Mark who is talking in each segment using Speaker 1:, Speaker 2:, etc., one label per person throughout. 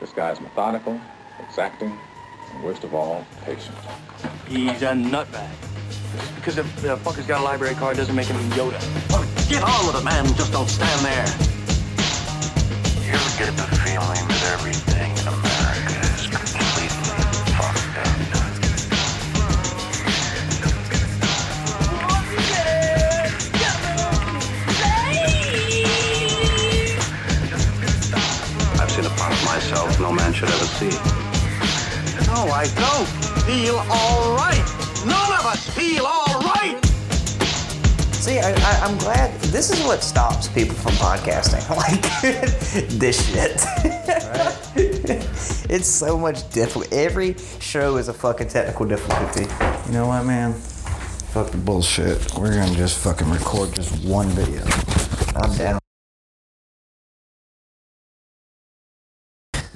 Speaker 1: This guy's methodical, exacting, and worst of all, patient.
Speaker 2: He's a nutbag. Just because the the fucker's got a library card doesn't make him Yoda.
Speaker 3: Oh, Get on with it, man. Just don't stand there.
Speaker 4: You get the feeling that everything in America is completely fucked up.
Speaker 3: I've seen a part of myself no man should ever see. No, I don't feel all right. None of us feel all right.
Speaker 5: See, I, I, I'm glad this is what stops people from podcasting. Like this shit. it's so much difficult. Every show is a fucking technical difficulty. You know what, man? Fuck the bullshit. We're gonna just fucking record just one video. I'm down.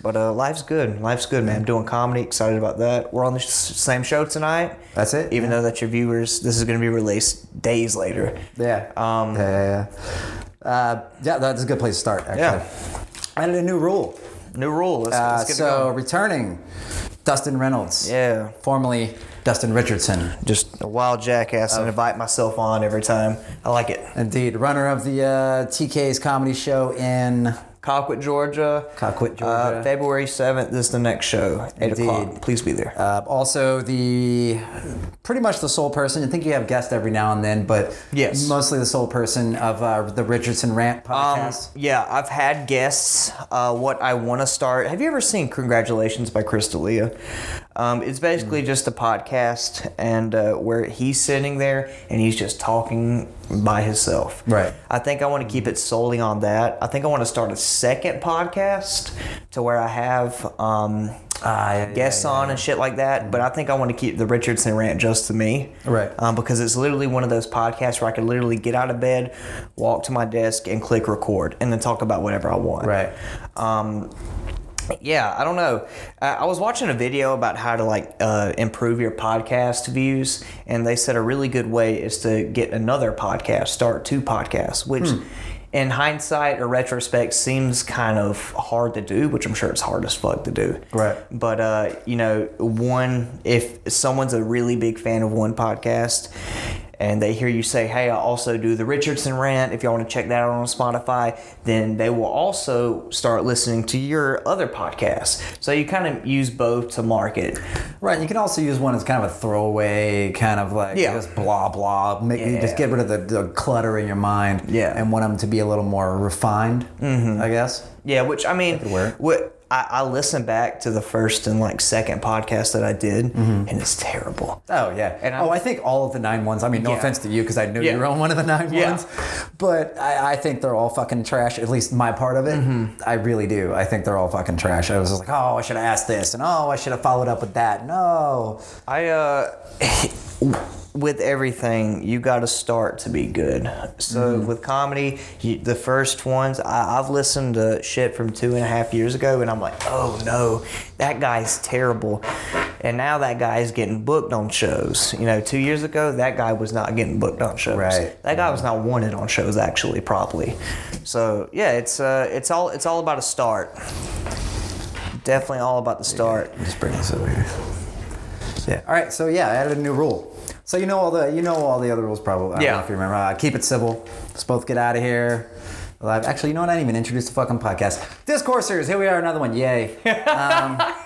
Speaker 5: But uh, life's good. Life's good, man. I'm doing comedy. Excited about that. We're on the s same show tonight.
Speaker 6: That's it,
Speaker 5: Even though that your viewers, this is going to be released days later.
Speaker 6: Yeah.
Speaker 5: Um,
Speaker 6: yeah, yeah, yeah. Uh, yeah, that's a good place to start, actually.
Speaker 5: Yeah.
Speaker 6: I added a new rule.
Speaker 5: New rule. Let's,
Speaker 6: Uh,
Speaker 5: let's get it
Speaker 6: so,
Speaker 5: going.
Speaker 6: returning, Dustin Reynolds.
Speaker 5: Yeah.
Speaker 6: Formerly Dustin Richardson.
Speaker 5: Just a wild jackass
Speaker 6: Oh.
Speaker 5: and invite myself on every time. I like it.
Speaker 6: Indeed. Runner of the uh, TK's comedy show in.
Speaker 5: Coquit, Georgia.
Speaker 6: Coquit, Georgia.
Speaker 5: Uh, February 7th is the next show. 8 o'clock.
Speaker 6: Indeed.
Speaker 5: Please be there.
Speaker 6: Uh, also, the pretty much the sole person. I think you have guests every now and then, but
Speaker 5: Yes.
Speaker 6: mostly the sole person of uh, the Richardson Rant
Speaker 5: Um,
Speaker 6: podcast.
Speaker 5: yeah, I've had guests. Uh, what I want to start. Have you ever seen Congratulations by Chris D'Elia? Um, it's basically
Speaker 6: Mm.
Speaker 5: just a podcast, and uh, where he's sitting there and he's just talking by himself.
Speaker 6: Right.
Speaker 5: I think I want to keep it solely on that. I think I want to start a second podcast to where I have. Um,
Speaker 6: yeah,
Speaker 5: guests
Speaker 6: yeah,
Speaker 5: on and shit like that, but I think I want to keep the Richardson rant just to me,
Speaker 6: Right.
Speaker 5: Um, because it's literally one of those podcasts where I can literally get out of bed, walk to my desk, and click record, and then talk about whatever I want.
Speaker 6: Right.
Speaker 5: Um, yeah, I don't know. I, I was watching a video about how to like uh, improve your podcast views, and they said a really good way is to get another podcast, start two podcasts, which.
Speaker 6: Hmm.
Speaker 5: In hindsight or retrospect, seems kind of hard to do, which I'm sure it's hard as fuck to do.
Speaker 6: Right.
Speaker 5: But uh, you know, one if someone's a really big fan of one podcast and they hear you say, "Hey, I also do the Richardson rant. If y'all want to check that out on Spotify, then they will also start listening to your other podcasts. So you kind of use both to market.
Speaker 6: Right, you can also use one as kind of a throwaway, kind of like
Speaker 5: Yeah.
Speaker 6: just blah blah. Make,
Speaker 5: Yeah.
Speaker 6: Just get rid of the, the clutter in your mind.
Speaker 5: Yeah. Mm-hmm.
Speaker 6: and want them to be a little more refined. I guess.
Speaker 5: Yeah, which I mean,
Speaker 6: could work.
Speaker 5: what I, I listened back to the first and like second podcast that I did, and it's terrible.
Speaker 6: Oh yeah.
Speaker 5: And I'm-
Speaker 6: oh, I think all of the nine ones. I mean, no
Speaker 5: Yeah.
Speaker 6: offense to you, because I knew
Speaker 5: Yeah.
Speaker 6: you were on one of the nine
Speaker 5: Yeah.
Speaker 6: ones. But I, I think they're all fucking trash. At least my part of it.
Speaker 5: Mm-hmm.
Speaker 6: I really do. I think they're all fucking trash. I was just like, oh, I should have asked this, and oh, I should have followed up with that. No.
Speaker 5: I uh with everything you got to start to be good. So with comedy, you, the first ones I, I've listened to shit from two and a half years ago, and I'm like, oh no, that guy's terrible. And now that guy is getting booked on shows. You know, two years ago that guy was not getting booked on shows.
Speaker 6: Right.
Speaker 5: That guy was not wanted on shows actually properly. So yeah, it's uh, it's all it's all about a start. Definitely all about the start.
Speaker 6: Just bring this over here. Yeah. All right. So yeah, I added a new rule. So you know all the you know all the other rules probably. I
Speaker 5: Yeah.
Speaker 6: Don't know if you remember, uh, keep it civil. Let's both get out of here. Alive. Actually, you know what? I didn't even introduce the fucking podcast. Discoursers. Here we are, another one. Yay.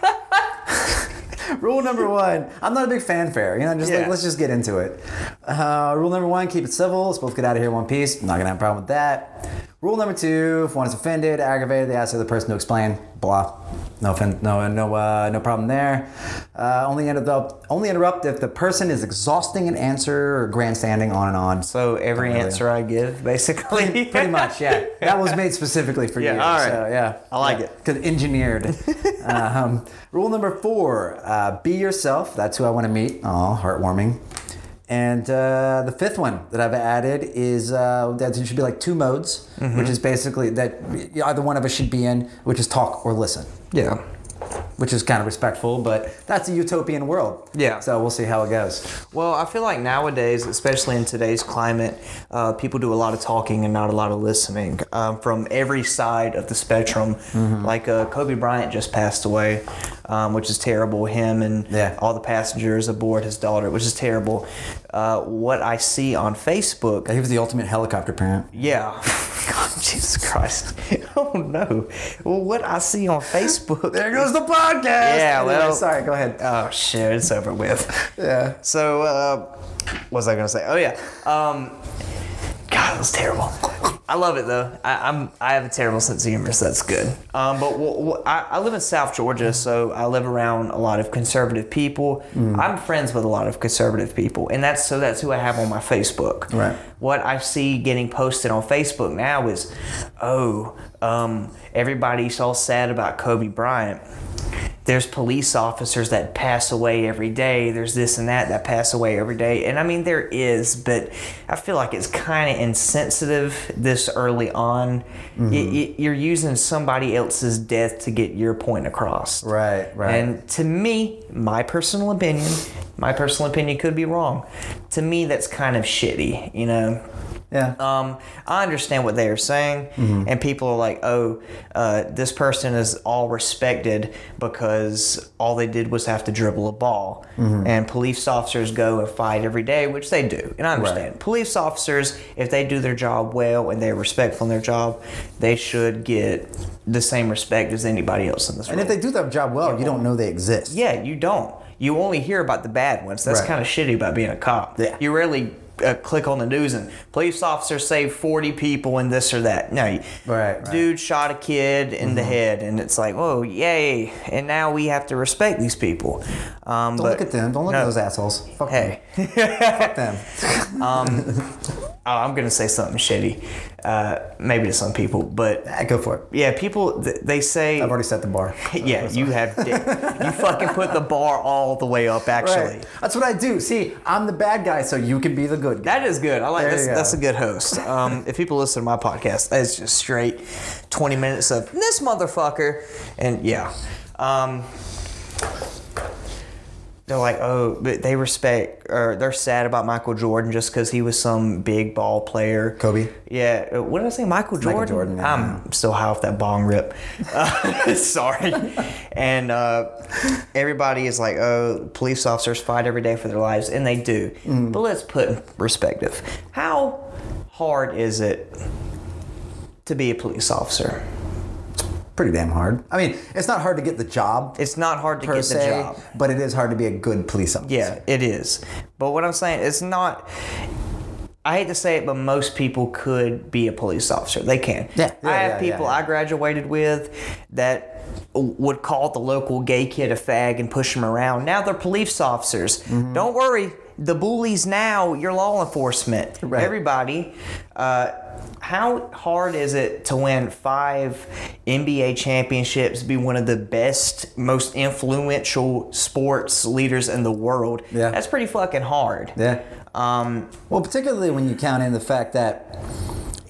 Speaker 6: Um, rule number one. I'm not a big fanfare. You know, just
Speaker 5: Yeah.
Speaker 6: like let's just get into it. Uh, rule number one: keep it civil. Let's both get out of here in one piece. not gonna have a problem with that. Rule number two: if one is offended, aggravated, they ask the other person to explain. Blah. No offense. No. No. Uh, no problem there. Uh, only interrupt. Only interrupt if the person is exhausting an answer or grandstanding on and on. So
Speaker 5: So every
Speaker 6: Really?
Speaker 5: answer I give, basically.
Speaker 6: pretty much, yeah. That was made specifically for
Speaker 5: Yeah,
Speaker 6: you.
Speaker 5: all right.
Speaker 6: So, yeah.
Speaker 5: I like
Speaker 6: Yeah.
Speaker 5: it.
Speaker 6: Good engineered. um, rule number four: uh, be yourself. That's who I want to meet. Oh, heartwarming. And uh, the fifth one that I've added is uh, that there should be like two modes, which is basically that either one of us should be in, which is talk or listen.
Speaker 5: yeah.
Speaker 6: which is kind of respectful, but that's a utopian world.
Speaker 5: Yeah.
Speaker 6: So we'll see how it goes.
Speaker 5: Well, I feel like nowadays, especially in today's climate, uh, people do a lot of talking and not a lot of listening um, from every side of the spectrum.
Speaker 6: Mm-hmm.
Speaker 5: Like uh, Kobe Bryant just passed away, um, which is terrible. Him and
Speaker 6: Yeah.
Speaker 5: all the passengers aboard his daughter, which is terrible. Uh, what I see on Facebook,
Speaker 6: He was the ultimate helicopter parent.
Speaker 5: yeah. God, Jesus Christ. oh no. Well, what I see on Facebook.
Speaker 6: There goes the podcast.
Speaker 5: Yeah,
Speaker 6: Anyway,
Speaker 5: well-
Speaker 6: sorry. Go ahead.
Speaker 5: Oh shit, it's over with.
Speaker 6: Yeah.
Speaker 5: So, uh, what was I gonna say? Oh yeah. Um, God, that was terrible. I love it though. I, I'm I have a terrible sense of humor, so that's good. Um, but w- w- I, I live in South Georgia, so I live around a lot of conservative people.
Speaker 6: Mm.
Speaker 5: I'm friends with a lot of conservative people, and that's so that's who I have on my Facebook.
Speaker 6: Right.
Speaker 5: What I see getting posted on Facebook now is, oh, um, everybody's all sad about Kobe Bryant there's police officers that pass away every day. There's this and that that pass away every day. And I mean, there is, but I feel like it's kind of insensitive this early on.
Speaker 6: Mm-hmm.
Speaker 5: Y- y- you're using somebody else's death to get your point across.
Speaker 6: Right, right.
Speaker 5: And to me, my personal opinion, my personal opinion could be wrong. To me, that's kind of shitty, you know?
Speaker 6: Yeah.
Speaker 5: Um, I understand what they are saying,
Speaker 6: Mm-hmm.
Speaker 5: and people are like, "Oh, uh, this person is all respected because all they did was have to dribble a ball."
Speaker 6: Mm-hmm.
Speaker 5: And police officers go and fight every day, which they do, and I understand. Police officers, if they do their job well and they're respectful in their job, they should get the same respect as anybody else in this
Speaker 6: and if they do their job well, you don't know they exist.
Speaker 5: yeah, you don't. You only hear about the bad ones. That's
Speaker 6: Right.
Speaker 5: kind of shitty about being a cop.
Speaker 6: Yeah.
Speaker 5: You rarely uh, click on the news and police officer saved 40 people and this or that. No, you-
Speaker 6: Right, right. Mm-hmm.
Speaker 5: dude shot a kid in the head, and it's like, whoa, yay! And now we have to respect these people. Um,
Speaker 6: Don't look at them. Don't look at those assholes. Fuck
Speaker 5: Hey, Um,
Speaker 6: them.
Speaker 5: oh, I'm gonna say something shitty, uh, maybe to some people, but
Speaker 6: Ah, Go for it.
Speaker 5: yeah, people th- they say
Speaker 6: I've already set the bar.
Speaker 5: yeah, you have you fucking put the bar all the way up actually.
Speaker 6: Right. That's what I do. See, I'm the bad guy, so you can be the good guy.
Speaker 5: That is good. I like
Speaker 6: There
Speaker 5: that's,
Speaker 6: you go.
Speaker 5: that's a good host. Um, if people listen to my podcast, it's just straight twenty minutes of this motherfucker, and yeah, um, they're like, oh, but they respect or they're sad about Michael Jordan just because he was some big ball player.
Speaker 6: Kobe.
Speaker 5: Yeah, uh, what did I say? Michael Jordan.
Speaker 6: Michael Jordan, yeah.
Speaker 5: I'm still high off that bong rip. Uh, sorry. And uh, everybody is like, "Oh, police officers fight every day for their lives," and they do.
Speaker 6: Mm.
Speaker 5: But let's put in perspective: How hard is it to be a police officer?
Speaker 6: Pretty damn hard. I mean, it's not hard to get the job
Speaker 5: It's not hard to
Speaker 6: per
Speaker 5: get
Speaker 6: se,
Speaker 5: the job.
Speaker 6: but it is hard to be a good police officer.
Speaker 5: Yeah, it is. But what I'm saying, it's not. I hate to say it, but most people could be a police officer. They can.
Speaker 6: Yeah, yeah,
Speaker 5: I have
Speaker 6: yeah,
Speaker 5: people
Speaker 6: yeah,
Speaker 5: I
Speaker 6: yeah.
Speaker 5: graduated with that would call the local gay kid a fag and push him around. Now they're police officers.
Speaker 6: Mm-hmm.
Speaker 5: Don't worry, the bullies now, you're law enforcement.
Speaker 6: Right.
Speaker 5: Everybody. Uh, how hard is it to win five NBA championships, be one of the best, most influential sports leaders in the world?
Speaker 6: Yeah.
Speaker 5: That's pretty fucking hard.
Speaker 6: Yeah.
Speaker 5: Um,
Speaker 6: Well, particularly when you count in the fact that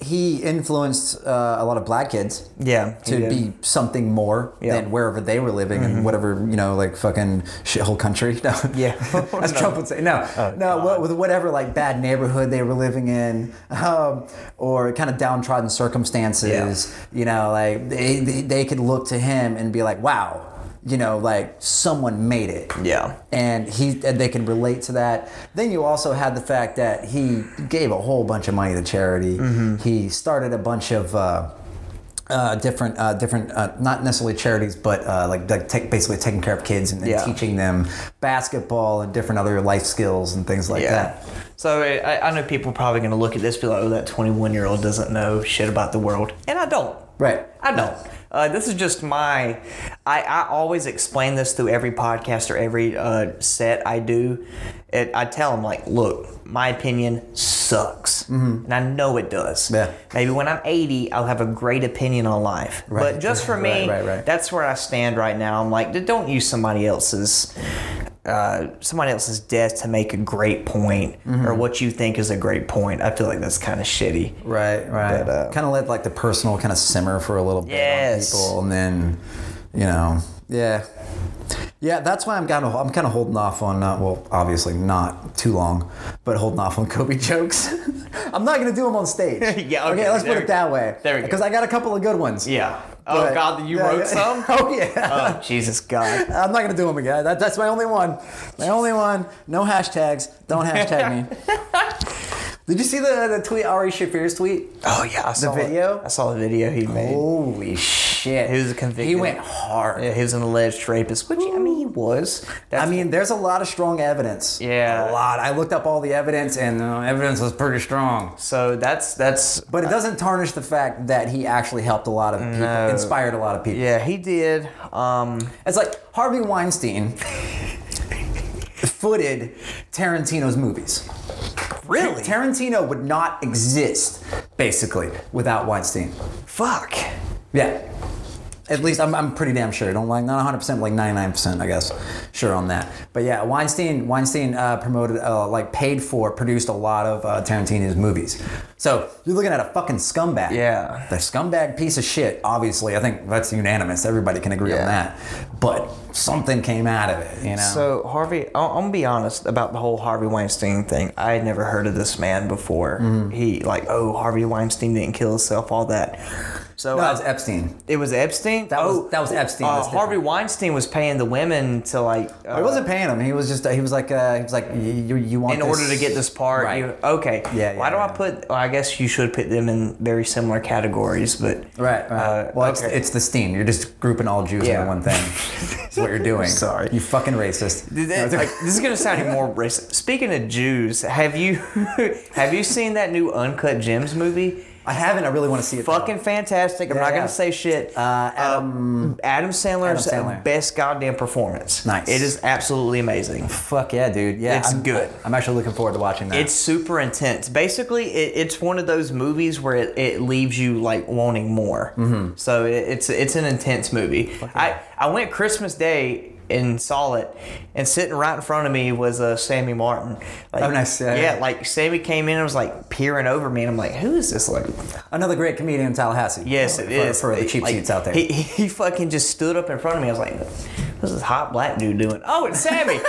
Speaker 6: he influenced uh, a lot of black kids.
Speaker 5: yeah. he
Speaker 6: to
Speaker 5: did.
Speaker 6: be something more
Speaker 5: Yeah. Mm-hmm.
Speaker 6: than wherever they were living in whatever you know like fucking shithole country no
Speaker 5: Yeah. Oh,
Speaker 6: as Trump would say no no what, with whatever like bad neighborhood they were living in um, or kind of downtrodden circumstances you know like they, they, they could look to him and be like wow you know like someone made it
Speaker 5: Yeah.
Speaker 6: and he and they can relate to that. Then you also had the fact that he gave a whole bunch of money to charity.
Speaker 5: Mm-hmm.
Speaker 6: He started a bunch of. Uh, uh, different, uh, different, uh, not necessarily charities, but uh, like, like take, basically taking care of kids and, and
Speaker 5: Yeah.
Speaker 6: teaching them basketball and different other life skills and things like
Speaker 5: Yeah.
Speaker 6: that.
Speaker 5: So I, I know people are probably going to look at this and be like, oh, that 21 year old doesn't know shit about the world. And I don't.
Speaker 6: Right.
Speaker 5: I don't. Uh, this is just my. I, I always explain this through every podcast or every uh, set I do. It, I tell them, like, look, my opinion sucks. And I know it does.
Speaker 6: Mm-hmm. Yeah.
Speaker 5: Maybe when I'm 80, I'll have a great opinion on life.
Speaker 6: Right.
Speaker 5: But just for me,
Speaker 6: Right, right, right.
Speaker 5: that's where I stand right now. I'm like, don't use somebody else's uh, somebody else's death to make a great point or what you think is a great point. I feel like that's kind of shitty.
Speaker 6: Mm-hmm. Right, right.
Speaker 5: But, uh,
Speaker 6: kind of let like the personal kind of simmer for a little bit
Speaker 5: Yes.
Speaker 6: on people, and then, you know, yeah, Yeah, that's why I'm kind of I'm kind of holding off on uh, well, obviously not too long, but holding off on Kobe jokes. I'm not gonna do them on stage.
Speaker 5: Yeah, okay,
Speaker 6: let's
Speaker 5: there
Speaker 6: put
Speaker 5: we
Speaker 6: it that
Speaker 5: go.
Speaker 6: way.
Speaker 5: There we go.
Speaker 6: Because I got a couple of good ones.
Speaker 5: Yeah.
Speaker 6: But-
Speaker 5: oh God, you
Speaker 6: yeah,
Speaker 5: wrote
Speaker 6: yeah.
Speaker 5: some.
Speaker 6: oh yeah.
Speaker 5: Oh Jesus God.
Speaker 6: I'm not gonna do them again. That, that's my only one. My only one. No hashtags. Don't hashtag me. Did you see the, the tweet Ari Shafir's tweet?
Speaker 5: Oh yeah, I saw it.
Speaker 6: video?
Speaker 5: I saw the video he made.
Speaker 6: Holy shit!
Speaker 5: He was a convicted.
Speaker 6: He went hard.
Speaker 5: Yeah, he was an alleged rapist, which I mean he was. That's,
Speaker 6: I mean, there's a lot of strong evidence.
Speaker 5: Yeah.
Speaker 6: a lot. I looked up all the evidence, and uh, evidence was pretty strong.
Speaker 5: so that's that's
Speaker 6: But it doesn't tarnish the fact that he actually helped a lot of people,
Speaker 5: No.
Speaker 6: inspired a lot of people.
Speaker 5: yeah he did. Um,
Speaker 6: It's like Harvey Weinstein footed Tarantino's movies.
Speaker 5: really?
Speaker 6: Tarantino would not exist, basically, without Weinstein.
Speaker 5: Fuck.
Speaker 6: Yeah. At least I'm, I'm pretty damn sure. Don't like not 100, percent like 99, percent I guess, sure on that. But yeah, Weinstein Weinstein uh, promoted, uh, like paid for, produced a lot of uh, Tarantino's movies. So you're looking at a fucking scumbag.
Speaker 5: Yeah.
Speaker 6: the scumbag piece of shit. Obviously, I think that's unanimous. Everybody can agree
Speaker 5: Yeah.
Speaker 6: on that. But something came out of it, you know.
Speaker 5: So Harvey, I- I'm gonna be honest about the whole Harvey Weinstein thing. I had never heard of this man before.
Speaker 6: Mm-hmm.
Speaker 5: He like, oh, Harvey Weinstein didn't kill himself, all that. So
Speaker 6: no,
Speaker 5: I-
Speaker 6: that was Epstein.
Speaker 5: it was Epstein.
Speaker 6: That was- that was Epstein,
Speaker 5: Uh,
Speaker 6: that's different.
Speaker 5: Harvey Weinstein was paying the women to like. Uh,
Speaker 6: I wasn't paying him. He was just he was like uh, he was like you you want
Speaker 5: in order to get this part.
Speaker 6: Right.
Speaker 5: You, okay.
Speaker 6: Yeah,
Speaker 5: Why
Speaker 6: yeah,
Speaker 5: do I
Speaker 6: yeah.
Speaker 5: put? Well, I guess you should put them in very similar categories, but
Speaker 6: Right. right.
Speaker 5: Uh,
Speaker 6: well, it's,
Speaker 5: okay.
Speaker 6: it's the steam. You're just grouping all Jews
Speaker 5: Yeah.
Speaker 6: into one thing. That's what you're doing.
Speaker 5: Sorry.
Speaker 6: You fucking racist.
Speaker 5: Did that- like, this is gonna sound even more racist. Speaking of Jews, have you have you seen that new Uncut Gems movie?
Speaker 6: I haven't. I really want to see it. though.
Speaker 5: Fucking fantastic. I'm not
Speaker 6: Yeah.
Speaker 5: gonna say shit.
Speaker 6: Uh, Adam-
Speaker 5: Uh, Adam Sandler's
Speaker 6: Adam Sandler.
Speaker 5: best goddamn performance.
Speaker 6: Nice.
Speaker 5: It is absolutely amazing.
Speaker 6: Fuck yeah, dude. Yeah.
Speaker 5: It's
Speaker 6: I'm,
Speaker 5: good.
Speaker 6: I'm actually looking forward to watching that.
Speaker 5: It's super intense. Basically, it, it's one of those movies where it, it leaves you like wanting more. Mm-hmm. So it, it's it's an intense movie. I I went Christmas Day and saw it, and sitting right in front of me was uh, Sammy Martin. Like,
Speaker 6: Oh, nice. Yeah,
Speaker 5: Yeah,
Speaker 6: yeah.
Speaker 5: like Sammy came in and was like peering over me, and I'm like, who is this? Like,
Speaker 6: another great comedian in Tallahassee.
Speaker 5: yes,
Speaker 6: for,
Speaker 5: it is
Speaker 6: for the
Speaker 5: It-
Speaker 6: cheap
Speaker 5: like,
Speaker 6: seats out there.
Speaker 5: He, he fucking just stood up in front of me. I was like, what's this hot black dude doing? Oh, it's Sammy.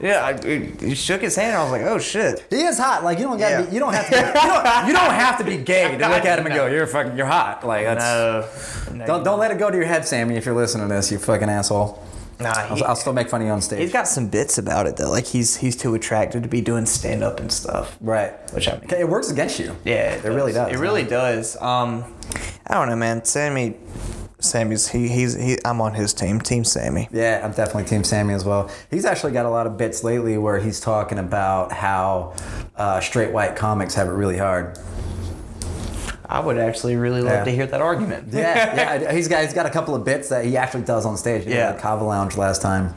Speaker 5: yeah, I, he shook his hand. And I was like, oh shit.
Speaker 6: He is hot. Like you don't got. to
Speaker 5: Yeah.
Speaker 6: Be, you don't have to. Be, you, don't, you don't have to be gay to look at him and go,
Speaker 5: No.
Speaker 6: "You're fucking. You're hot." Like that's.
Speaker 5: No, no,
Speaker 6: Don't, don't let it go to your head, Sammy. If you're listening to this, you fucking asshole.
Speaker 5: Nah,
Speaker 6: I'll,
Speaker 5: he-
Speaker 6: I'll still make fun of you on stage.
Speaker 5: He's got some bits about it though. Like he's he's too attracted to be doing stand up and stuff.
Speaker 6: right.
Speaker 5: Which I mean,
Speaker 6: Okay, it works against you.
Speaker 5: yeah,
Speaker 6: it really does.
Speaker 5: It
Speaker 6: man.
Speaker 5: really does. Um, I don't know, man. Sammy, Sammy's he he's he. I'm on his team, Team Sammy.
Speaker 6: Yeah, I'm definitely Team Sammy as well. He's actually got a lot of bits lately where he's talking about how uh, straight white comics have it really hard.
Speaker 5: I would actually really love
Speaker 6: Yeah.
Speaker 5: to hear that argument.
Speaker 6: Yeah, yeah. He's got he's got a couple of bits that he actually does on stage. He did
Speaker 5: Yeah.
Speaker 6: at Kava Lounge last time,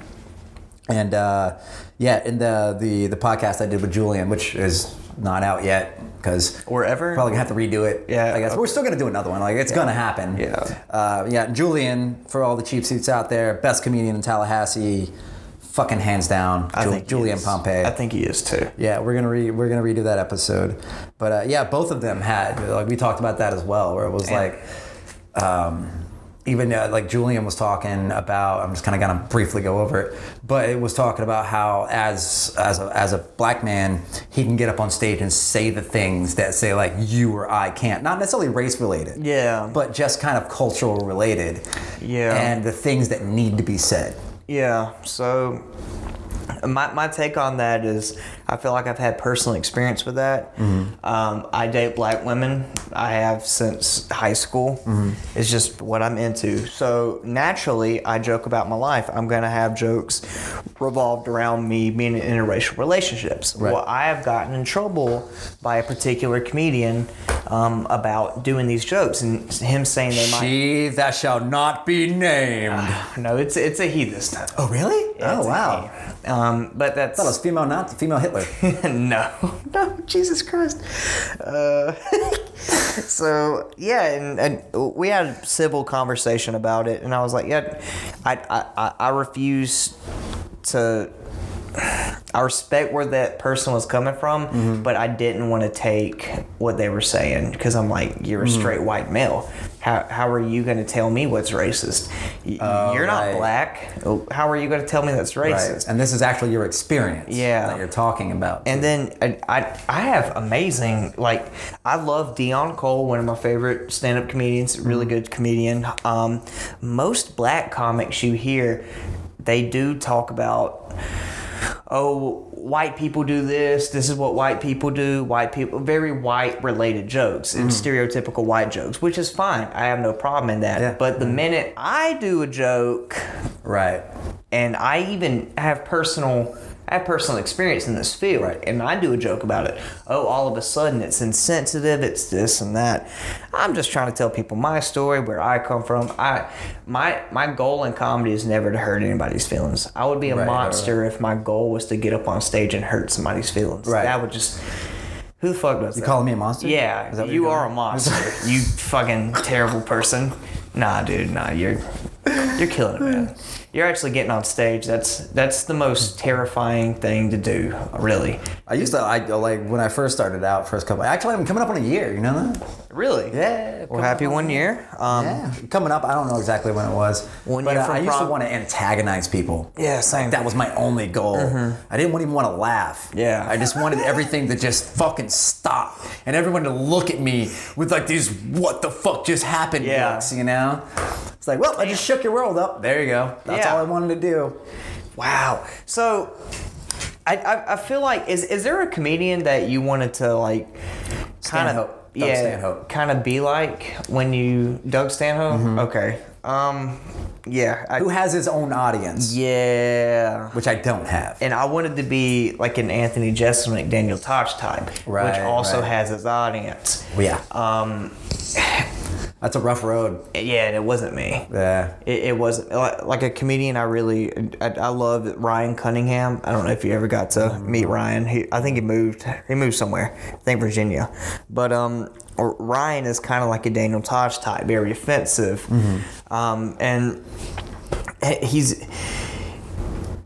Speaker 6: and uh, yeah, in the the the podcast I did with Julian, which is not out yet because
Speaker 5: Or ever?
Speaker 6: probably gonna have to redo it.
Speaker 5: Yeah. uh,
Speaker 6: I guess we're still gonna do another one. Like it's gonna happen.
Speaker 5: Yeah.
Speaker 6: uh, yeah. Julian for all the cheap seats out there, best comedian in Tallahassee, fucking hands down.
Speaker 5: I
Speaker 6: Ju-
Speaker 5: think he
Speaker 6: Julian
Speaker 5: is.
Speaker 6: Pompey.
Speaker 5: I think he is too.
Speaker 6: Yeah, we're gonna re- we're gonna redo that episode, but uh, yeah, both of them had like we talked about that as well, where it was like, um, even uh, like Julian was talking about. I'm just kind of gonna briefly go over it, but it was talking about how as as a, as a black man, he can get up on stage and say the things that say like you or I can't, not necessarily race related,
Speaker 5: Yeah.
Speaker 6: but just kind of cultural related,
Speaker 5: Yeah.
Speaker 6: and the things that need to be said.
Speaker 5: Yeah. So my, my take on that is I feel like I've had personal experience with that. Um, I date black women. I have since high school. It's just what I'm into. So naturally, I joke about my life. I'm going to have jokes revolved around me being in interracial relationships.
Speaker 6: Right.
Speaker 5: Well, I have gotten in trouble by a particular comedian um, about doing these jokes and him saying they might.
Speaker 6: She that shall not be named.
Speaker 5: No, it's it's a he this time.
Speaker 6: oh really?
Speaker 5: Yeah,
Speaker 6: oh
Speaker 5: it's a
Speaker 6: wow.
Speaker 5: he. Um, but that's
Speaker 6: thought it was female, not female Hitler.
Speaker 5: no, no, Jesus Christ. Uh, so yeah, and, and we had a civil conversation about it, and I was like, yeah, I I, I, I refuse to. I respect where that person was coming from, but I didn't want to take what they were saying because I'm like, you're a straight white male. How, how are you going to tell me what's racist? Y- you're not
Speaker 6: right.
Speaker 5: black. How are you going to tell me that's racist?
Speaker 6: Right. And this is actually your experience
Speaker 5: Yeah.
Speaker 6: that you're talking about.
Speaker 5: And then I, I, I have amazing like I love Dion Cole, one of my favorite stand-up comedians, really good comedian. Um, most black comics you hear, they do talk about oh white people do this this is what white people do white people very white related jokes and stereotypical white jokes which is fine i have no problem in that
Speaker 6: Yeah.
Speaker 5: but the minute i do a joke
Speaker 6: right.
Speaker 5: and I even have personal I have personal experience in this field,
Speaker 6: Right.
Speaker 5: and I do a joke about it. Oh, all of a sudden it's insensitive, it's this and that. I'm just trying to tell people my story, where I come from. I my my goal in comedy is never to hurt anybody's feelings. I would be a
Speaker 6: Right, right,
Speaker 5: monster if my goal was to get up on stage and hurt somebody's feelings.
Speaker 6: Right.
Speaker 5: That would just who the fuck does
Speaker 6: You
Speaker 5: that?
Speaker 6: calling me a monster? Is
Speaker 5: Yeah,
Speaker 6: that what
Speaker 5: you
Speaker 6: you're
Speaker 5: are a
Speaker 6: doing?
Speaker 5: monster. you fucking terrible person. Nah, dude, nah, you're you're killing it, man. You're actually getting on stage. That's that's the most terrifying thing to do, really.
Speaker 6: I used to I like when I first started out, first couple. Actually, I'm coming up on a year. You know that?
Speaker 5: Really?
Speaker 6: Yeah,
Speaker 5: We're happy one year. Um,
Speaker 6: Yeah. Coming up, I don't know exactly when it was.
Speaker 5: One
Speaker 6: but
Speaker 5: year
Speaker 6: uh,
Speaker 5: from
Speaker 6: I used
Speaker 5: prom.
Speaker 6: to want to antagonize people.
Speaker 5: Yeah, same.
Speaker 6: That was my only goal. I didn't even want to laugh.
Speaker 5: Mm-hmm. Yeah.
Speaker 6: I just wanted everything to just fucking stop and everyone to look at me with like these what the fuck just happened
Speaker 5: Yeah.
Speaker 6: looks, you know? It's like, well, I just shook your world up. There you go. That's
Speaker 5: Yeah.
Speaker 6: all I wanted to do.
Speaker 5: Wow. So, I, I I feel like is is there a comedian that you wanted to like kind of
Speaker 6: Stanhope. Doug
Speaker 5: yeah
Speaker 6: Stanhope.
Speaker 5: kind of be like when you Doug Stanhope? Okay. Um. Yeah. I,
Speaker 6: Mm-hmm. Who has his own audience,
Speaker 5: yeah.
Speaker 6: which I don't have.
Speaker 5: and I wanted to be like an Anthony Jeselnik, Daniel Tosh type,
Speaker 6: Right,
Speaker 5: which also
Speaker 6: right.
Speaker 5: has his audience.
Speaker 6: Well, yeah.
Speaker 5: Um,
Speaker 6: That's a rough road.
Speaker 5: yeah, and it wasn't me.
Speaker 6: Yeah.
Speaker 5: It, it wasn't like, like a comedian. I really, I, I love Ryan Cunningham. I don't know if you ever got to
Speaker 6: Mm-hmm.
Speaker 5: meet Ryan. He, I think he moved. He moved somewhere. I think Virginia. But um, Ryan is kind of like a Daniel Tosh type, very offensive,
Speaker 6: Mm-hmm.
Speaker 5: um, and he- he's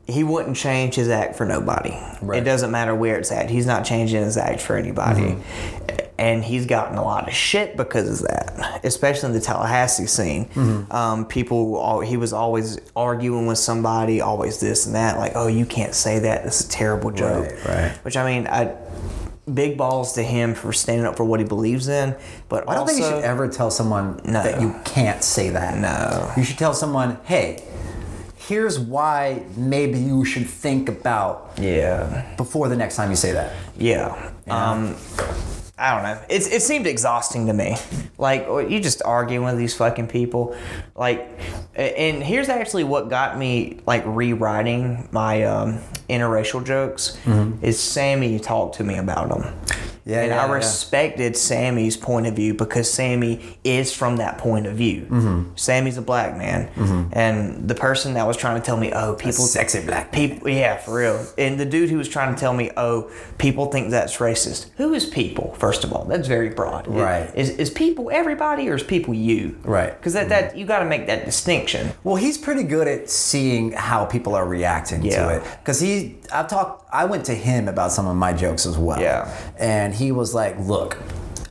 Speaker 5: he wouldn't change his act for nobody. It
Speaker 6: Right.
Speaker 5: doesn't matter where it's at. He's not changing his act for anybody.
Speaker 6: Mm-hmm.
Speaker 5: And he's gotten a lot of shit because of that, especially in the Tallahassee scene.
Speaker 6: Mm-hmm.
Speaker 5: Um, people, al- he was always arguing with somebody, always this and that. Like, oh, you can't say that. This is a terrible joke.
Speaker 6: right.
Speaker 5: Which I mean, I big balls to him for standing up for what he believes in. But
Speaker 6: I don't
Speaker 5: also,
Speaker 6: think you should ever tell someone
Speaker 5: No.
Speaker 6: that you can't say that.
Speaker 5: No.
Speaker 6: You should tell someone, hey, here's why maybe you should think about
Speaker 5: Yeah.
Speaker 6: before the next time you say that.
Speaker 5: Yeah. Um, I don't know. It's, it seemed exhausting to me. Like, or you just arguing with these fucking people. Like, a- and here's actually what got me, like, rewriting my um, interracial jokes is Sammy talked to me about them.
Speaker 6: Mm-hmm. Yeah,
Speaker 5: and
Speaker 6: yeah,
Speaker 5: I
Speaker 6: yeah.
Speaker 5: respected Sammy's point of view because Sammy is from that point of view.
Speaker 6: Mm-hmm.
Speaker 5: Sammy's a black man, and the person that was trying to tell me, "Oh, people
Speaker 6: sexy black man.
Speaker 5: people yeah for real and the dude who was trying to tell me oh people think that's racist who is people first of all that's very broad
Speaker 6: Right.
Speaker 5: is, is people everybody or is people you
Speaker 6: Right.
Speaker 5: because that, that you got to make that distinction
Speaker 6: Well, he's pretty good at seeing how people are reacting
Speaker 5: Yeah.
Speaker 6: to it. Because he, I've talked, I went to him about some of my jokes as well.
Speaker 5: Yeah.
Speaker 6: And he was like, look,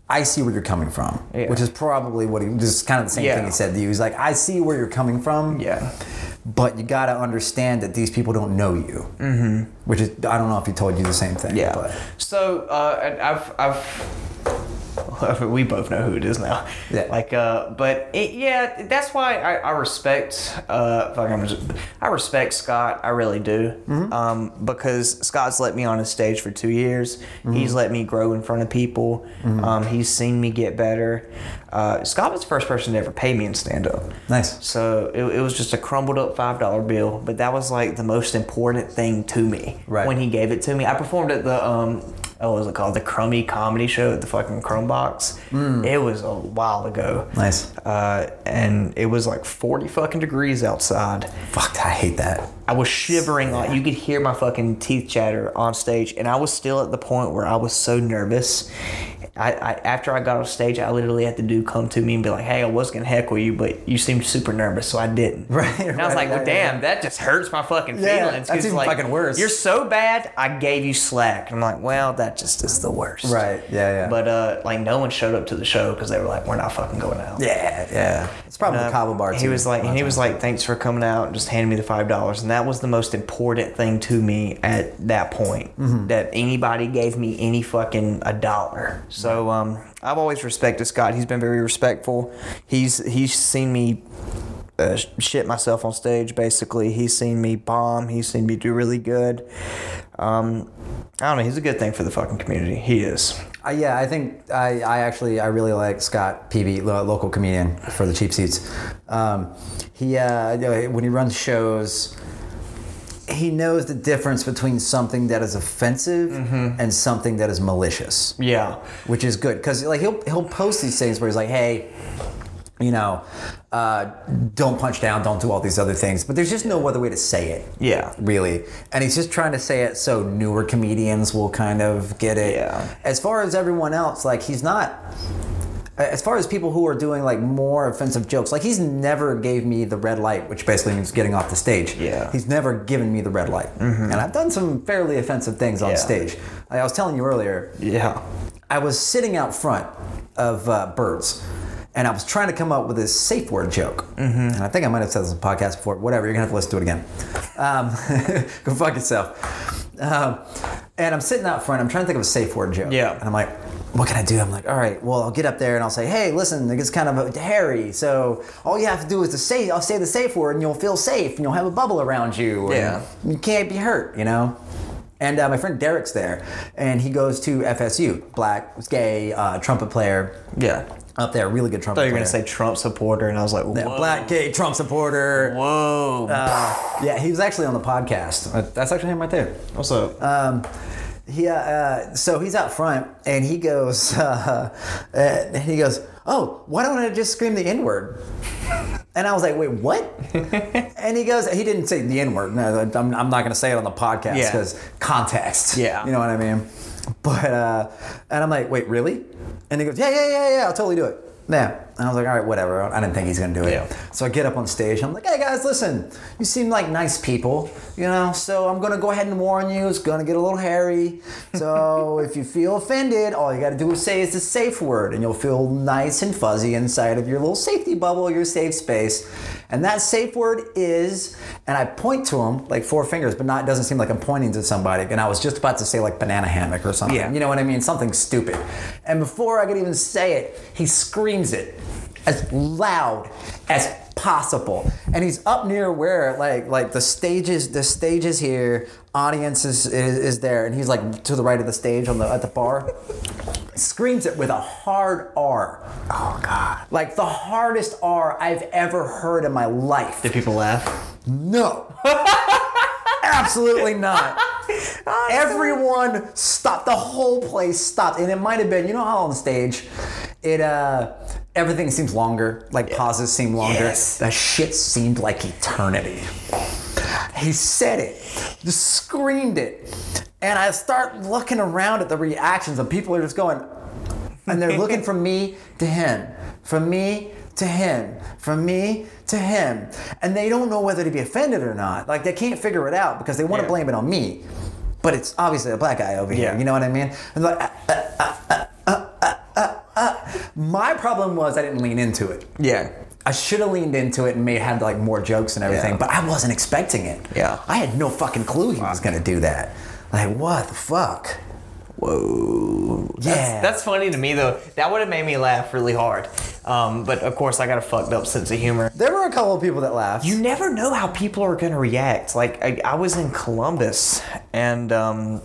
Speaker 6: I see where you're coming from,
Speaker 5: Yeah.
Speaker 6: which is probably what he, this is kind of the same
Speaker 5: Yeah.
Speaker 6: thing he said to you. He's like, I see where you're coming from.
Speaker 5: Yeah.
Speaker 6: But you got to understand that these people don't know you. Mm-hmm. Which is, I don't know if he told you the same thing.
Speaker 5: yeah
Speaker 6: But
Speaker 5: so uh, and I've I've we both know who it is now.
Speaker 6: Yeah.
Speaker 5: Like, uh, but it, yeah, that's why I, I respect. Uh, fuck, I'm just- I respect Scott. I really do.
Speaker 6: Mm-hmm.
Speaker 5: Um, because Scott's let me on his stage for two years.
Speaker 6: Mm-hmm.
Speaker 5: He's let me grow in front of people. Um, he's seen me get better. Uh, Scott was the first person to ever pay me in stand up.
Speaker 6: nice.
Speaker 5: So it, it was just a crumbled up five dollar bill, but that was like the most important thing to me
Speaker 6: Right.
Speaker 5: when he gave it to me. I performed at the um, oh, what was it called? The Crummy Comedy Show at the fucking Chromebox. It was a while ago.
Speaker 6: Nice.
Speaker 5: Uh, and it was like forty fucking degrees outside.
Speaker 6: Fuck, I hate that.
Speaker 5: I was shivering like you could hear my fucking teeth chatter on stage, and I was still at the point where I was so nervous, I, I after I got off stage, I literally had to do come to me and be like, "Hey, I was gonna heckle you, but you seemed super nervous, so I didn't."
Speaker 6: Right,
Speaker 5: And I was
Speaker 6: right,
Speaker 5: like, "Well,
Speaker 6: right,
Speaker 5: damn, that just hurts my fucking
Speaker 6: Yeah,
Speaker 5: feelings." 'cause,
Speaker 6: that's even
Speaker 5: like,
Speaker 6: fucking worse.
Speaker 5: You're so bad. I gave you slack. And I'm like, "Well, that just is the worst."
Speaker 6: Right. Yeah. Yeah.
Speaker 5: But uh, like no one showed up to the show because they were like, "We're not fucking going out."
Speaker 6: yeah. Yeah. It's probably
Speaker 5: And,
Speaker 6: the
Speaker 5: uh,
Speaker 6: Cabo Bar.
Speaker 5: He
Speaker 6: too.
Speaker 5: was like, and he was like, thanks for coming out and just handing me the five dollars, and that was the most important thing to me at that point.
Speaker 6: Mm-hmm.
Speaker 5: That anybody gave me any fucking a dollar. So um, I've always respected Scott. He's been very respectful. He's he's seen me. Uh, sh- shit myself on stage basically he's seen me bomb he's seen me do really good um, i don't know he's a good thing for the fucking community he is
Speaker 6: Uh, yeah, I think I, I actually I really like Scott PB, lo- local comedian for the cheap seats. Um, he uh, you know, when he runs shows, he knows the difference between something that is offensive
Speaker 5: Mm-hmm.
Speaker 6: and something that is malicious,
Speaker 5: yeah
Speaker 6: which is good because like he'll he'll post these things where he's like, hey. You know, uh, don't punch down, don't do all these other things. But there's just no other way to say it
Speaker 5: yeah
Speaker 6: really. And he's just trying to say it so newer comedians will kind of get it.
Speaker 5: Yeah.
Speaker 6: As far as everyone else, like he's not. As far as people who are doing like more offensive jokes, like he's never gave me the red light, which basically means getting off the stage.
Speaker 5: Yeah. Mm-hmm.
Speaker 6: He's never given me the red light, and I've done some fairly offensive things on
Speaker 5: Yeah.
Speaker 6: stage. Like I was telling you earlier,
Speaker 5: yeah
Speaker 6: I was sitting out front of uh, Birds, and I was trying to come up with a safe word joke. And I think I might have said this on the podcast before. Whatever, you're gonna have to listen to it again. Um, go fuck yourself. Um, and I'm sitting out front. I'm trying to think of a safe word joke.
Speaker 5: Yeah.
Speaker 6: And I'm like, what can I do? I'm like, all right, well, I'll get up there and I'll say, hey, listen, it gets kind of uh, hairy. So all you have to do is to say, I'll say the safe word, and you'll feel safe, and you'll have a bubble around you. and
Speaker 5: Yeah.
Speaker 6: you can't be hurt, you know? And uh, my friend Derek's there, and he goes to FSU, black, gay, uh, trumpet player
Speaker 5: yeah
Speaker 6: up there, really good trumpet
Speaker 5: thought you were
Speaker 6: player.
Speaker 5: gonna say Trump supporter, and I was like,
Speaker 6: Yeah,
Speaker 5: "Whoa."
Speaker 6: black, gay, Trump supporter. Uh,
Speaker 5: Whoa.
Speaker 6: Yeah, he was actually on the podcast. Uh, That's actually him right there.
Speaker 5: What's up?
Speaker 6: Um, he, uh, uh, so he's out front, and he goes, uh, uh, and he goes, oh, why don't I just scream the N word? And I was like, wait, what? and he goes, he didn't say the N word. No, I'm, I'm not going to say it on the podcast
Speaker 5: Yeah.
Speaker 6: because context.
Speaker 5: Yeah.
Speaker 6: You know what I mean? But, uh, and I'm like, wait, really? And he goes, yeah, yeah, yeah, yeah, I'll totally do it. Yeah. And I was like, all right, whatever. I didn't think he's going to do it.
Speaker 5: Yeah.
Speaker 6: So I get up on stage. I'm like, hey guys, listen, you seem like nice people, you know, so I'm going to go ahead and warn you, it's going to get a little hairy. So if you feel offended, all you got to do is say is the safe word, and you'll feel nice and fuzzy inside of your little safety bubble, your safe space. And that safe word is, and I point to him like four fingers, but not it doesn't seem like I'm pointing to somebody. And I was just about to say like banana hammock or something.
Speaker 5: Yeah.
Speaker 6: You know what I mean? Something stupid. And before I could even say it, he screams it as loud as possible. And he's up near where like like the stage is the stage is here, audience is, is, is there, and he's like to the right of the stage on the at the bar. Screams it with a hard R. Oh god. Like the hardest R I've ever heard in my life.
Speaker 5: Did people laugh?
Speaker 6: No. Absolutely not. Everyone stopped. The whole place stopped, and it might have been. You know how on stage, it uh, everything seems longer. Like pauses seem longer.
Speaker 5: Yes.
Speaker 6: That shit seemed like eternity. He said it, just screamed it, and I start looking around at the reactions, and people are just going, and they're looking from me to him, from me to him, from me to him, and they don't know whether to be offended or not. Like they can't figure it out because they want to
Speaker 5: Yeah.
Speaker 6: blame it on me, but it's obviously a black guy over
Speaker 5: Yeah.
Speaker 6: here. You know what I mean? And like, uh, uh, uh, uh, uh, uh, uh. my problem was I didn't lean into it.
Speaker 5: Yeah.
Speaker 6: I should have leaned into it and may have had like more jokes and everything,
Speaker 5: Yeah.
Speaker 6: but I wasn't expecting it.
Speaker 5: Yeah.
Speaker 6: I had no fucking clue he was gonna do that. Like, what the fuck?
Speaker 5: Whoa. That's,
Speaker 6: Yeah.
Speaker 5: That's funny to me though. That would have made me laugh really hard. Um, but of course, I got a fucked up sense of humor.
Speaker 6: There were a couple of people that laughed.
Speaker 5: You never know how people are gonna react. Like I, I was in Columbus and um,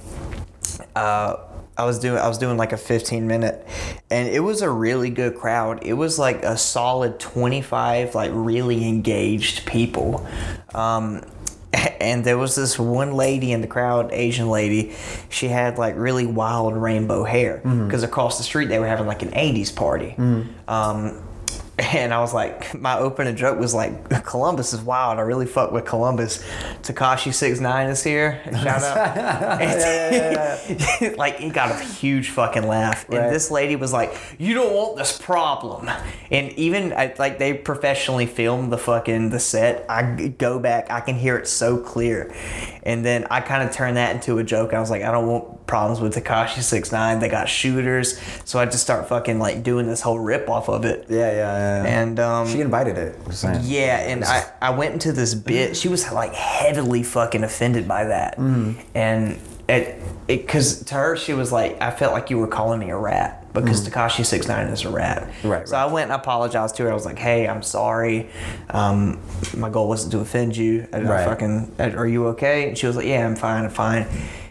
Speaker 5: uh, I was doing I was doing like a 15 minute, and it was a really good crowd. It was like a solid 25 like really engaged people. Um, and there was this one lady in the crowd, Asian lady. She had like really wild rainbow hair because across the street they were having like an 80s party. Um, And I was like, my opening joke was like, Columbus is wild. I really fuck with Columbus. Takashi Six Nine is here. Shout out. like he got a huge fucking laugh.
Speaker 6: Right.
Speaker 5: And this lady was like, "You don't want this problem." And even I- like they professionally filmed the fucking the set. I g- go back, I can hear it so clear. And then I kind of turned that into a joke. I was like, "I don't want problems with Takashi Six Nine. They got shooters." So I just start fucking like doing this whole rip off of it.
Speaker 6: Yeah, yeah, yeah.
Speaker 5: And um,
Speaker 6: she invited it. I'm saying.
Speaker 5: yeah, and I, I went into this bit. She was like heavily fucking offended by that.
Speaker 6: Mm.
Speaker 5: And it, it, cause to her, she was like, I felt like you were calling me a rat because Takashi Six Nine is a rat.
Speaker 6: Mm. Right,
Speaker 5: So I went and apologized to her. I was like, hey, I'm sorry. Um, my goal wasn't to offend you. I didn't
Speaker 6: Right.
Speaker 5: fucking, are you okay? And she was like, yeah, I'm fine, I'm fine.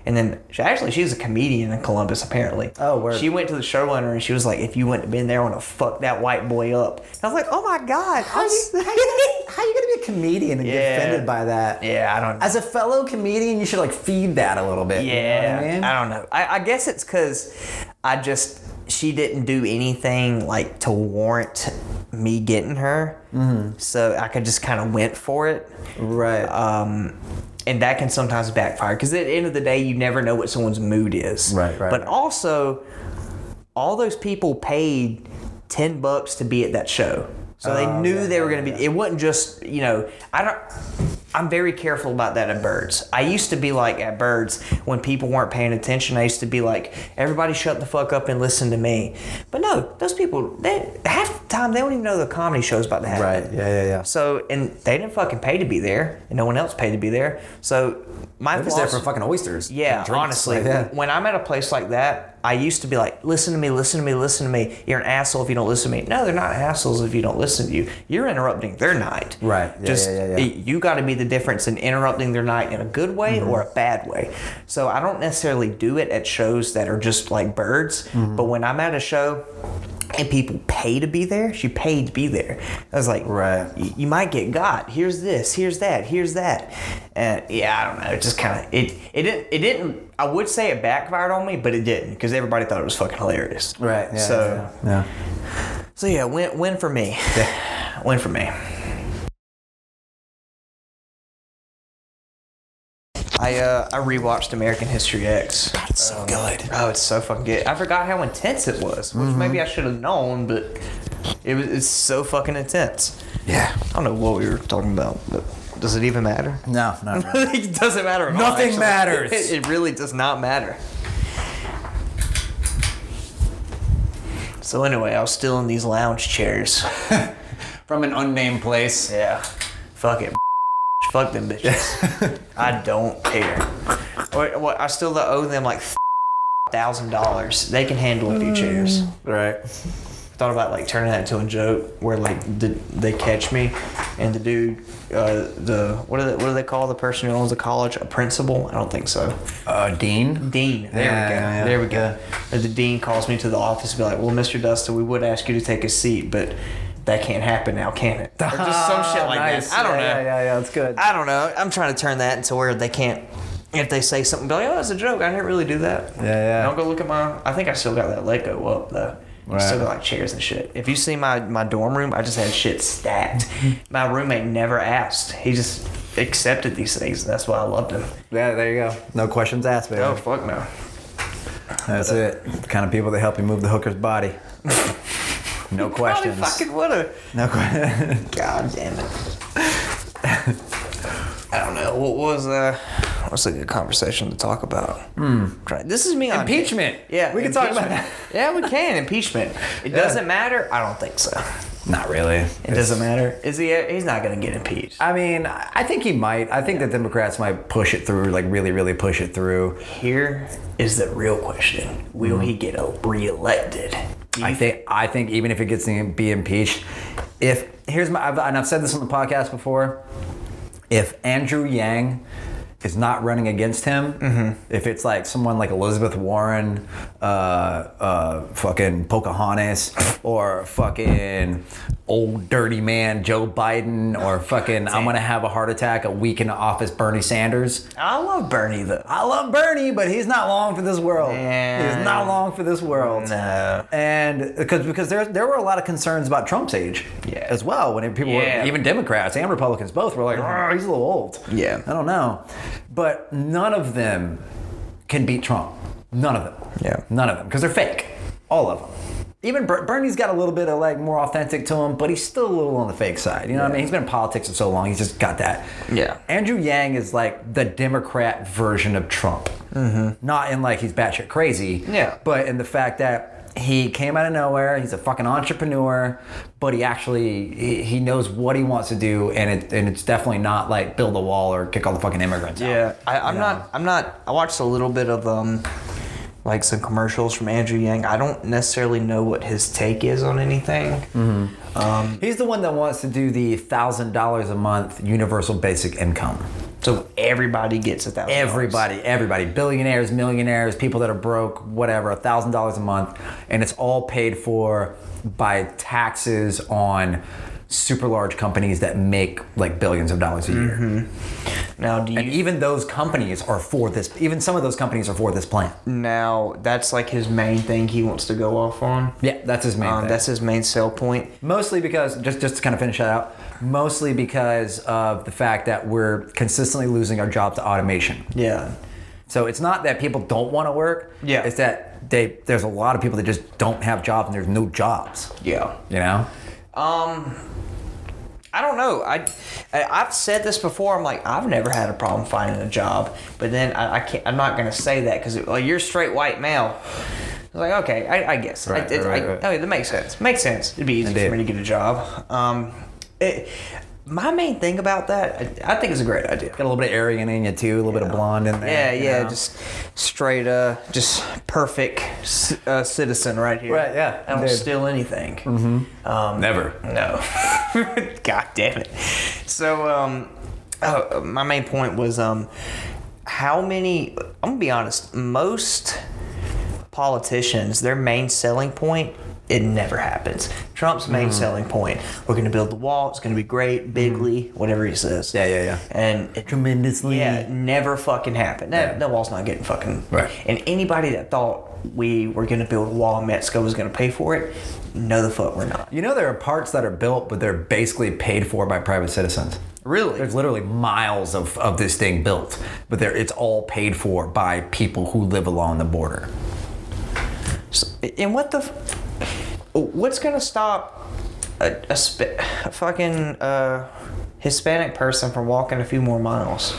Speaker 5: And then she actually, she's a comedian in Columbus, apparently.
Speaker 6: Oh, word.
Speaker 5: She went to the show owner and she was like, if you wouldn't have been there, I would have fucked that white boy up. And I was like, oh my God.
Speaker 6: How you, how, you gonna, how you gonna be a comedian and get
Speaker 5: Yeah.
Speaker 6: offended by that?
Speaker 5: yeah, I don't know.
Speaker 6: As a fellow comedian, you should like feed that a little bit. you know
Speaker 5: Yeah,
Speaker 6: what I
Speaker 5: I,
Speaker 6: mean?
Speaker 5: don't know. I, I guess it's because I just she didn't do anything like to warrant me getting her, so I could just kind of went for it,
Speaker 6: Mm-hmm. Right.
Speaker 5: um, and that can sometimes backfire. Because at the end of the day, you never know what someone's mood is.
Speaker 6: Right, right,
Speaker 5: But
Speaker 6: right.
Speaker 5: also, all those people paid ten bucks to be at that show. So
Speaker 6: Oh,
Speaker 5: they knew
Speaker 6: yeah,
Speaker 5: they were going to be. It wasn't just you know. I don't. I'm very careful about that at birds. I used to be like at birds when people weren't paying attention. I used to be like, everybody shut the fuck up and listen to me. But no, those people, they half the time they don't even know the comedy show's about to happen.
Speaker 6: right. Yeah, yeah, yeah.
Speaker 5: So and they didn't fucking pay to be there, and no one else paid to be there. So my
Speaker 6: I was there for
Speaker 5: philosophy-
Speaker 6: fucking oysters.
Speaker 5: yeah,
Speaker 6: and drinks.
Speaker 5: honestly,
Speaker 6: Like, yeah.
Speaker 5: when I'm at a place like that, I used to be like, listen to me, listen to me, listen to me. You're an asshole if you don't listen to me. No, they're not assholes if you don't listen to you. You're interrupting their night.
Speaker 6: Right. Yeah,
Speaker 5: Just
Speaker 6: yeah, yeah, Mm-hmm. yeah.
Speaker 5: y- you got to be the difference in interrupting their night in a good way or a bad way. So I don't necessarily do it at shows that are just like birds,
Speaker 6: Mm-hmm.
Speaker 5: but when I'm at a show and people pay to be there, she paid to be there. I was like,
Speaker 6: Right.
Speaker 5: y- you might get got. Here's this. Here's that. Here's that. And yeah, I don't know. It just kind of it it didn't it didn't. I would say it backfired on me, but it didn't because everybody thought it was fucking hilarious.
Speaker 6: Right. Yeah,
Speaker 5: so
Speaker 6: yeah, yeah.
Speaker 5: so yeah, win win for me. win for me. I uh I rewatched American History X. God, it's so good. Mm-hmm. Oh, it's so fucking good. I forgot how intense it was, which maybe I should have known, but it was it's so fucking intense.
Speaker 6: Yeah.
Speaker 5: I don't know what we were talking about, but does it even matter?
Speaker 6: No, not really.
Speaker 5: it doesn't matter. At all,
Speaker 6: Nothing
Speaker 5: actually.
Speaker 6: matters.
Speaker 5: It, it really does not matter. So anyway, I was still in these lounge chairs.
Speaker 6: From an unnamed place.
Speaker 5: Yeah. Fuck it. Fuck them bitches. I don't care. Or, what, I still owe them like thousand dollars. They can handle a few chairs.
Speaker 6: Right.
Speaker 5: thought about like turning that into a joke where like did they catch me and the dude uh, the what do they what do they call the person who owns the college a principal I don't think so
Speaker 6: Uh, Dean.
Speaker 5: dean there
Speaker 6: Yeah,
Speaker 5: we go
Speaker 6: yeah, yeah.
Speaker 5: there we go And the dean calls me to the office and be like well Mr Dustin we would ask you to take a seat but that can't happen now can it Ah, or just some shit like
Speaker 6: nice.
Speaker 5: that I don't
Speaker 6: yeah,
Speaker 5: know
Speaker 6: Yeah, yeah, yeah. That's good.
Speaker 5: I don't know I'm trying to turn that into where they can't if they say something be like oh it's a joke I didn't really do that
Speaker 6: yeah, yeah.
Speaker 5: don't go look at my. I think I still got that Lego up though.
Speaker 6: Right.
Speaker 5: Still got like chairs and shit. If you see my my dorm room, I just had shit stacked. my roommate never asked. He just accepted these things. and That's why I loved him.
Speaker 6: yeah, there you go. No questions asked, baby.
Speaker 5: Oh fuck no.
Speaker 6: That's it. The kind of people that help you move the hooker's body. No
Speaker 5: Probably
Speaker 6: questions.
Speaker 5: fucking woulda.
Speaker 6: No questions.
Speaker 5: God damn it. I don't know. What was uh what's a good conversation to talk about? Try- This is me on
Speaker 6: Hmm. Impeachment.
Speaker 5: Yeah.
Speaker 6: We can talk about
Speaker 5: impeachment. Yeah, we can. Impeachment. It doesn't matter? I don't think so.
Speaker 6: Not really.
Speaker 5: It doesn't matter. Is he uh, he's not gonna get impeached.
Speaker 6: I mean, I think he might. I think the Democrats might push it through, like really, really push it through.
Speaker 5: Here is the real question:
Speaker 6: Hmm.
Speaker 5: Will he get reelected? Do you
Speaker 6: I think. I think even if it gets to be impeached, if here's my, I've, and I've said this on the podcast before, if Andrew Yang is not running against him. If it's like someone like Elizabeth Warren, uh, uh, fucking Pocahontas, or fucking old dirty man Joe Biden, or fucking I'm gonna have a heart attack a week in office Bernie Sanders.
Speaker 5: I love Bernie though.
Speaker 6: I love Bernie, but he's not long for this world. He's not
Speaker 5: Yeah.
Speaker 6: long for this world.
Speaker 5: No.
Speaker 6: And because because there there were a lot of concerns about Trump's age
Speaker 5: Yeah.
Speaker 6: as well. When people
Speaker 5: Yeah.
Speaker 6: were even Democrats and Republicans both were like, "Oh, he's a little old.
Speaker 5: Yeah.
Speaker 6: I don't know. But none of them can beat Trump. None of them.
Speaker 5: Yeah.
Speaker 6: None of them. Because they're fake. All of them. Even Ber- Bernie's got a little bit of like more authentic to him, but he's still a little on the fake side. You know what I mean? He's been in politics for so long, he's just got that.
Speaker 5: Yeah.
Speaker 6: Andrew Yang is like the Democrat version of Trump. Not in like he's batshit crazy.
Speaker 5: Mm-hmm. Yeah.
Speaker 6: But in the fact that he came out of nowhere, he's a fucking entrepreneur, but he actually he, he knows what he wants to do, and it and it's definitely not like build a wall or kick all the fucking immigrants out.
Speaker 5: Yeah, I, I'm not. I'm not. I watched a little bit of um, like some commercials from Andrew Yang. I don't necessarily know what his take is on anything.
Speaker 6: Mm-hmm. He's the one that wants to do the thousand dollars a month universal basic income.
Speaker 5: So everybody gets a thousand. dollars.
Speaker 6: Everybody, everybody, billionaires, millionaires, people that are broke, whatever, a thousand dollars a month, and it's all paid for by taxes on super large companies that make like billions of dollars a year.
Speaker 5: Mm-hmm. Now, do you?
Speaker 6: And even those companies are for this. Even some of those companies are for this plan.
Speaker 5: Mm-hmm. now that's like his main thing he wants to go off on.
Speaker 6: Yeah, that's his main.
Speaker 5: Um,
Speaker 6: thing.
Speaker 5: that's his main sell point.
Speaker 6: mostly because just just to kind of finish that out. Mostly because of the fact that we're consistently losing our job to automation.
Speaker 5: Yeah.
Speaker 6: So it's not that people don't want to work.
Speaker 5: Yeah.
Speaker 6: It's that they there's a lot of people that just don't have jobs and there's no jobs.
Speaker 5: Yeah.
Speaker 6: You know.
Speaker 5: I don't know. I, I I've said this before. I'm like I've never had a problem finding a job, but then I, I can't. I'm not gonna say that because like you're straight white male. It's like okay, I, I guess.
Speaker 6: Right,
Speaker 5: I, it,
Speaker 6: right,
Speaker 5: I,
Speaker 6: right.
Speaker 5: Okay, that makes sense. Makes sense. It'd be easy
Speaker 6: Indeed.
Speaker 5: for me to get a job. Um, it, my main thing about that, I, I think it's a great idea.
Speaker 6: Got a little bit of Aryan in you too, a little bit of blonde in
Speaker 5: Yeah,
Speaker 6: there. you
Speaker 5: yeah,
Speaker 6: know?
Speaker 5: just straight, uh, just perfect ci- uh, citizen right here. Mm-hmm.
Speaker 6: Right, yeah,
Speaker 5: I don't
Speaker 6: indeed.
Speaker 5: steal anything. Um,
Speaker 6: never.
Speaker 5: No. God damn it. So, um, uh, my main point was um, how many, I'm going to be honest, most politicians, their main selling point, it never happens. Trump's main selling point, we're going to build the wall, it's going to be great, bigly, whatever he says.
Speaker 6: Yeah, yeah, yeah.
Speaker 5: And it
Speaker 6: Tremendously.
Speaker 5: yeah, it never fucking happened. That,
Speaker 6: Yeah.
Speaker 5: that wall's not getting fucking.
Speaker 6: Right.
Speaker 5: And anybody that thought we were gonna build a wall and Mexico was gonna pay for it, no, the fuck we're not.
Speaker 6: You know there are parts that are built, but they're basically paid for by private citizens.
Speaker 5: Really?
Speaker 6: There's literally miles of, of this thing built, but there it's all paid for by people who live along the border.
Speaker 5: and what the. F- what's gonna stop a, a, sp- a fucking uh, Hispanic person from walking a few more miles?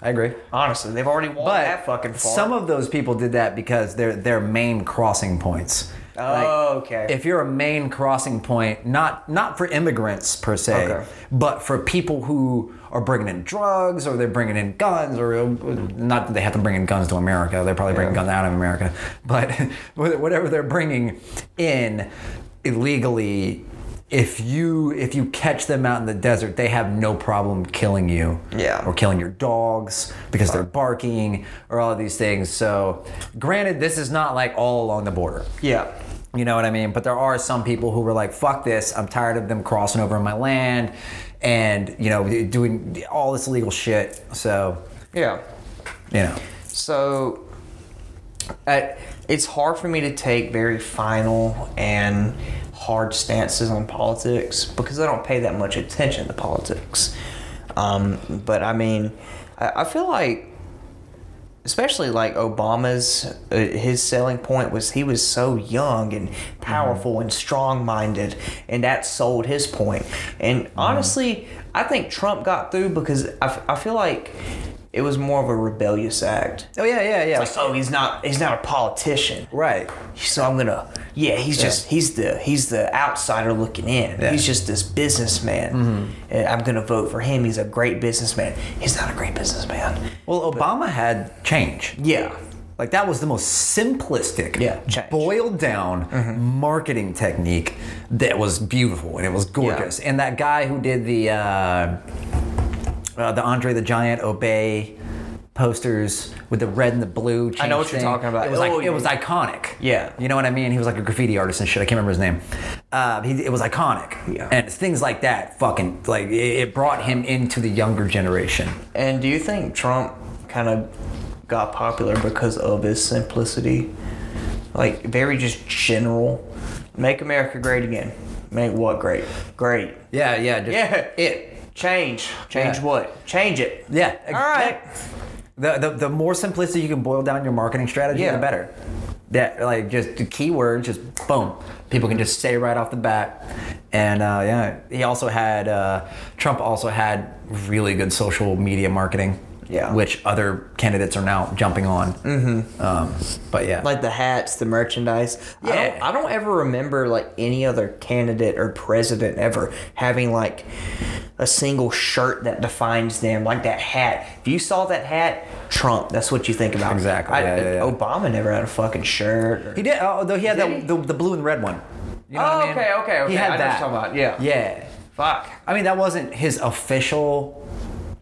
Speaker 6: I agree.
Speaker 5: Honestly, they've already walked
Speaker 6: But
Speaker 5: that fucking far.
Speaker 6: some of those people did that because they're their main crossing points.
Speaker 5: Oh, okay.
Speaker 6: If you're a main crossing point, not not for immigrants per se,
Speaker 5: Okay.
Speaker 6: but for people who are bringing in drugs or they're bringing in guns or uh, not that they have to bring in guns to America. They're probably bringing guns out of America, but whatever they're bringing in illegally. If you if you catch them out in the desert, they have no problem killing you
Speaker 5: Yeah.
Speaker 6: or killing your dogs because they're barking or all of these things. So, granted, this is not like all along the border.
Speaker 5: yeah.
Speaker 6: You know what I mean? But there are some people who were like, fuck this, I'm tired of them crossing over my land and, you know, doing all this illegal shit. So,
Speaker 5: Yeah.
Speaker 6: you know.
Speaker 5: So, I, it's hard for me to take very final and hard stances on politics because I don't pay that much attention to politics. Um, but I mean, I, I feel like, especially like Obama's, uh, his selling point was he was so young and
Speaker 6: Mm-hmm.
Speaker 5: powerful and strong minded, and that sold his point. And
Speaker 6: Mm-hmm.
Speaker 5: honestly, I think Trump got through because I, f- I feel like. It was more of a rebellious act.
Speaker 6: Oh, yeah, yeah, yeah.
Speaker 5: Like, oh, he's not he's not a politician.
Speaker 6: right.
Speaker 5: So I'm gonna yeah, he's just he's the he's the outsider looking in.
Speaker 6: Yeah. Mm-hmm.
Speaker 5: He's just this businessman. And I'm gonna vote for him. He's a great businessman. He's not a great businessman.
Speaker 6: Well, Obama had change.
Speaker 5: Yeah.
Speaker 6: Like, that was the most simplistic,
Speaker 5: Yeah, change. Mm-hmm.
Speaker 6: boiled down marketing technique that was beautiful and it was gorgeous. And that guy who did the, uh, uh, the Andre the Giant obey posters with the red and the blue.
Speaker 5: I know
Speaker 6: change
Speaker 5: what you're
Speaker 6: thing.
Speaker 5: talking about.
Speaker 6: It was, like,
Speaker 5: Oh,
Speaker 6: it was iconic.
Speaker 5: Yeah.
Speaker 6: You know what I mean? He was like a graffiti artist and shit. I can't remember his name. Uh, he, it was iconic.
Speaker 5: Yeah.
Speaker 6: And it's things like that fucking, like, it, it brought him into the younger generation.
Speaker 5: And do you think Trump kind of got popular because of his simplicity? Like, very just general. Make America great again. Make what great? Great.
Speaker 6: Yeah, yeah. Just,
Speaker 5: Yeah. It. Change. Change
Speaker 6: Yeah.
Speaker 5: what? Change it.
Speaker 6: Yeah.
Speaker 5: All right.
Speaker 6: The, the, the more simplicity you can boil down your marketing strategy,
Speaker 5: Yeah.
Speaker 6: the better. That like just the keywords, just boom, people can just say right off the bat. And uh, yeah, he also had uh, Trump also had really good social media marketing.
Speaker 5: Yeah.
Speaker 6: which other candidates are now jumping on. Mm-hmm. Um, but yeah,
Speaker 5: Like the hats, the merchandise. I, don't,
Speaker 6: Yeah.
Speaker 5: I don't ever remember like any other candidate or president ever having like a single shirt that defines them, like that hat. If you saw that hat, Trump, that's what you think about.
Speaker 6: Exactly,
Speaker 5: I-
Speaker 6: yeah, yeah, yeah.
Speaker 5: Obama never had a fucking shirt. Or,
Speaker 6: he did. Although he had
Speaker 5: Did
Speaker 6: that,
Speaker 5: he?
Speaker 6: The, the blue and red one. You know what
Speaker 5: Oh,
Speaker 6: I mean?
Speaker 5: okay, okay, okay.
Speaker 6: He had
Speaker 5: I know
Speaker 6: that.
Speaker 5: what you're talking about,
Speaker 6: yeah.
Speaker 5: fuck.
Speaker 6: I mean, that wasn't his official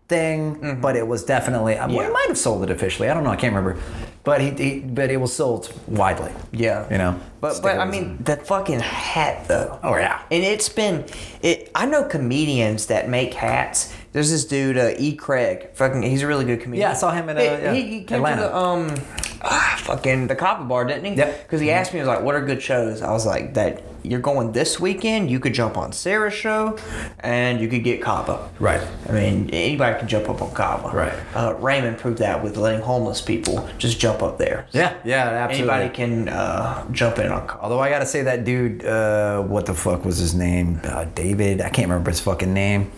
Speaker 6: thing, but it was definitely. I
Speaker 5: Yeah.
Speaker 6: well, he might have sold it officially. I don't know. I can't remember. But he, he but it was sold widely.
Speaker 5: Yeah.
Speaker 6: You know.
Speaker 5: But but I mean that fucking hat though.
Speaker 6: Oh, yeah.
Speaker 5: And it's been it. I know comedians that make hats. There's this dude uh, E. Craig. Fucking, he's a really good comedian.
Speaker 6: Yeah, I saw him in, uh,
Speaker 5: He-
Speaker 6: yeah,
Speaker 5: he, he came
Speaker 6: Atlanta.
Speaker 5: to the um, ah, fucking the Copper Bar, didn't he?
Speaker 6: Yep.
Speaker 5: Because he asked me, he was like, "What are good shows?" I was like, "That you're going this weekend. You could jump on Sarah's show, and you could get Copper."
Speaker 6: Right.
Speaker 5: I mean, anybody can jump up on Copper.
Speaker 6: Right.
Speaker 5: Uh, Raymond proved that with letting homeless people just jump up there.
Speaker 6: Yeah. Yeah. Absolutely.
Speaker 5: Anybody can uh, jump in on Copper.
Speaker 6: Although I gotta say that dude, uh, what the fuck was his name? Uh, David. I can't remember his fucking name.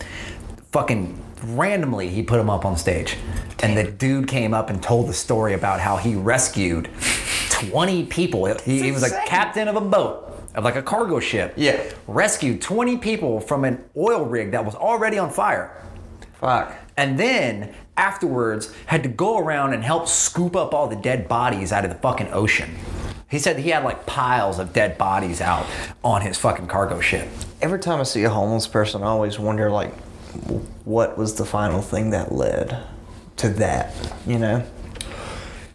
Speaker 6: Fucking randomly, he put him up on stage, and the dude came up and told the story about how he rescued 20 people. He, he was a
Speaker 5: insane.
Speaker 6: captain of a boat. Of like a cargo ship.
Speaker 5: Yeah.
Speaker 6: Rescued 20 people from an oil rig that was already on fire
Speaker 5: Fuck.
Speaker 6: and then afterwards had to go around and help scoop up all the dead bodies out of the fucking ocean. He said he had like piles of dead bodies out on his fucking cargo ship.
Speaker 5: Every time I see a homeless person, I always wonder, like, w- what was the final thing that led to that, you know?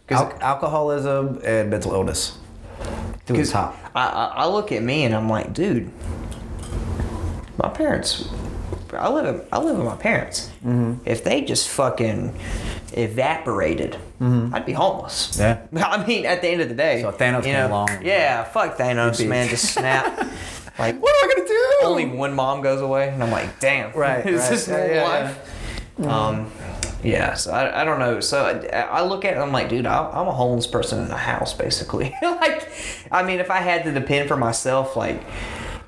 Speaker 6: Al- alcoholism and mental illness. To the top.
Speaker 5: I, I, I look at me and I'm like, dude, my parents, I live, I live with my parents. If they just fucking evaporated, I'd be homeless.
Speaker 6: Yeah.
Speaker 5: I mean, at the end of the day.
Speaker 6: So Thanos
Speaker 5: you
Speaker 6: came
Speaker 5: know,
Speaker 6: along.
Speaker 5: Yeah, fuck Thanos,
Speaker 6: He'd be-
Speaker 5: man. Just snap. like,
Speaker 6: What am I gonna do?
Speaker 5: only one mom goes away, and I'm like, damn,
Speaker 6: Right,
Speaker 5: is
Speaker 6: right.
Speaker 5: this
Speaker 6: Yeah,
Speaker 5: normal
Speaker 6: yeah,
Speaker 5: life? Um, yeah, so I, I don't know. So I, I look at it, I'm like, dude, I, I'm a homeless person in a house, basically. like, I mean, if I had to depend for myself, like,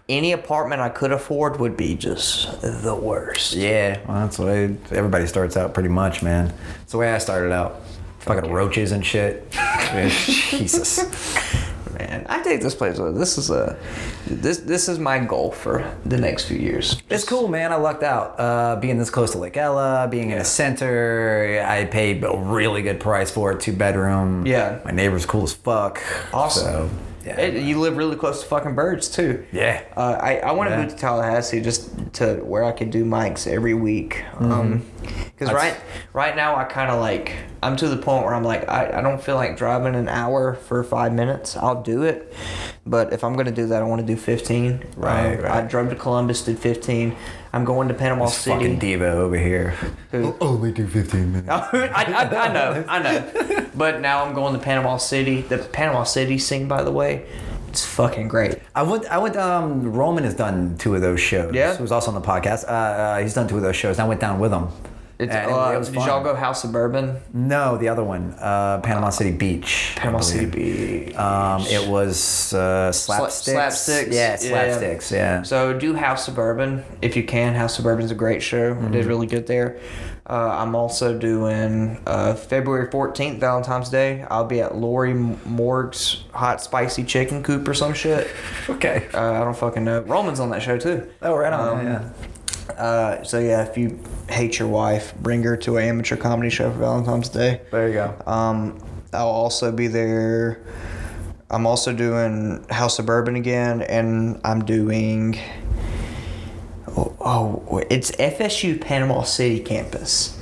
Speaker 5: any apartment I could afford would be just the worst.
Speaker 6: Yeah, well, that's the way everybody starts out, pretty much, man. It's the way I started out. Fucking roaches and shit. Man, Jesus.
Speaker 5: Man, I take this place. uh, This is a, this this is my goal for the next few years.
Speaker 6: It's cool, man. I lucked out. Uh, being this close to Lake Ella, being in a center, I paid a really good price for it. Two bedroom.
Speaker 5: Yeah.
Speaker 6: My neighbor's cool as fuck.
Speaker 5: Awesome.
Speaker 6: So, yeah.
Speaker 5: It- you live really close to fucking birds too.
Speaker 6: Yeah.
Speaker 5: Uh, I, I want to
Speaker 6: Yeah.
Speaker 5: move to Tallahassee just to where I could do mics every week. Because
Speaker 6: Mm-hmm.
Speaker 5: right right now I kind of like I'm to the point where I'm like I, I don't feel like driving an hour for five minutes. I'll do it, but if I'm gonna do that, I want to do 15.
Speaker 6: Right,
Speaker 5: Um,
Speaker 6: right.
Speaker 5: I drove to Columbus, did 15. I'm going to Panama City.
Speaker 6: fucking diva over here.
Speaker 7: Only Oh, do 15 minutes.
Speaker 5: I, I, I know, I know. But now I'm going to Panama City. The Panama City scene, by the way, it's fucking great.
Speaker 6: I went. I went. Um, Roman has done two of those shows.
Speaker 5: Yeah?
Speaker 6: Who's also on the podcast. Uh, uh, he's done two of those shows. And I went down with him.
Speaker 5: It's,
Speaker 6: And
Speaker 5: uh,
Speaker 6: it was
Speaker 5: did
Speaker 6: fun.
Speaker 5: y'all go House of Bourbon?
Speaker 6: No, the other one, uh, Panama City Beach. I
Speaker 5: Panama City
Speaker 6: believe.
Speaker 5: Beach.
Speaker 6: Um, it was uh,
Speaker 5: Sla-
Speaker 6: slapsticks.
Speaker 5: Slapsticks.
Speaker 6: Yeah, slapsticks. Yeah.
Speaker 5: So do House Suburban if you can. House Suburban's a great show. I
Speaker 6: Mm-hmm.
Speaker 5: did really good there. Uh, I'm also doing uh, February 14th, Valentine's Day. I'll be at Lori M- Morg's Hot Spicy Chicken Coop or some shit.
Speaker 6: okay.
Speaker 5: Uh, I don't fucking know. Roman's on that show too.
Speaker 6: Oh, right on.
Speaker 5: Um,
Speaker 6: yeah.
Speaker 5: Uh, so yeah, if you hate your wife, bring her to an amateur comedy show for Valentine's Day.
Speaker 6: There you go.
Speaker 5: Um, I'll also be there. I'm also doing House Suburban again, and I'm doing. oh, it's FSU Panama City campus.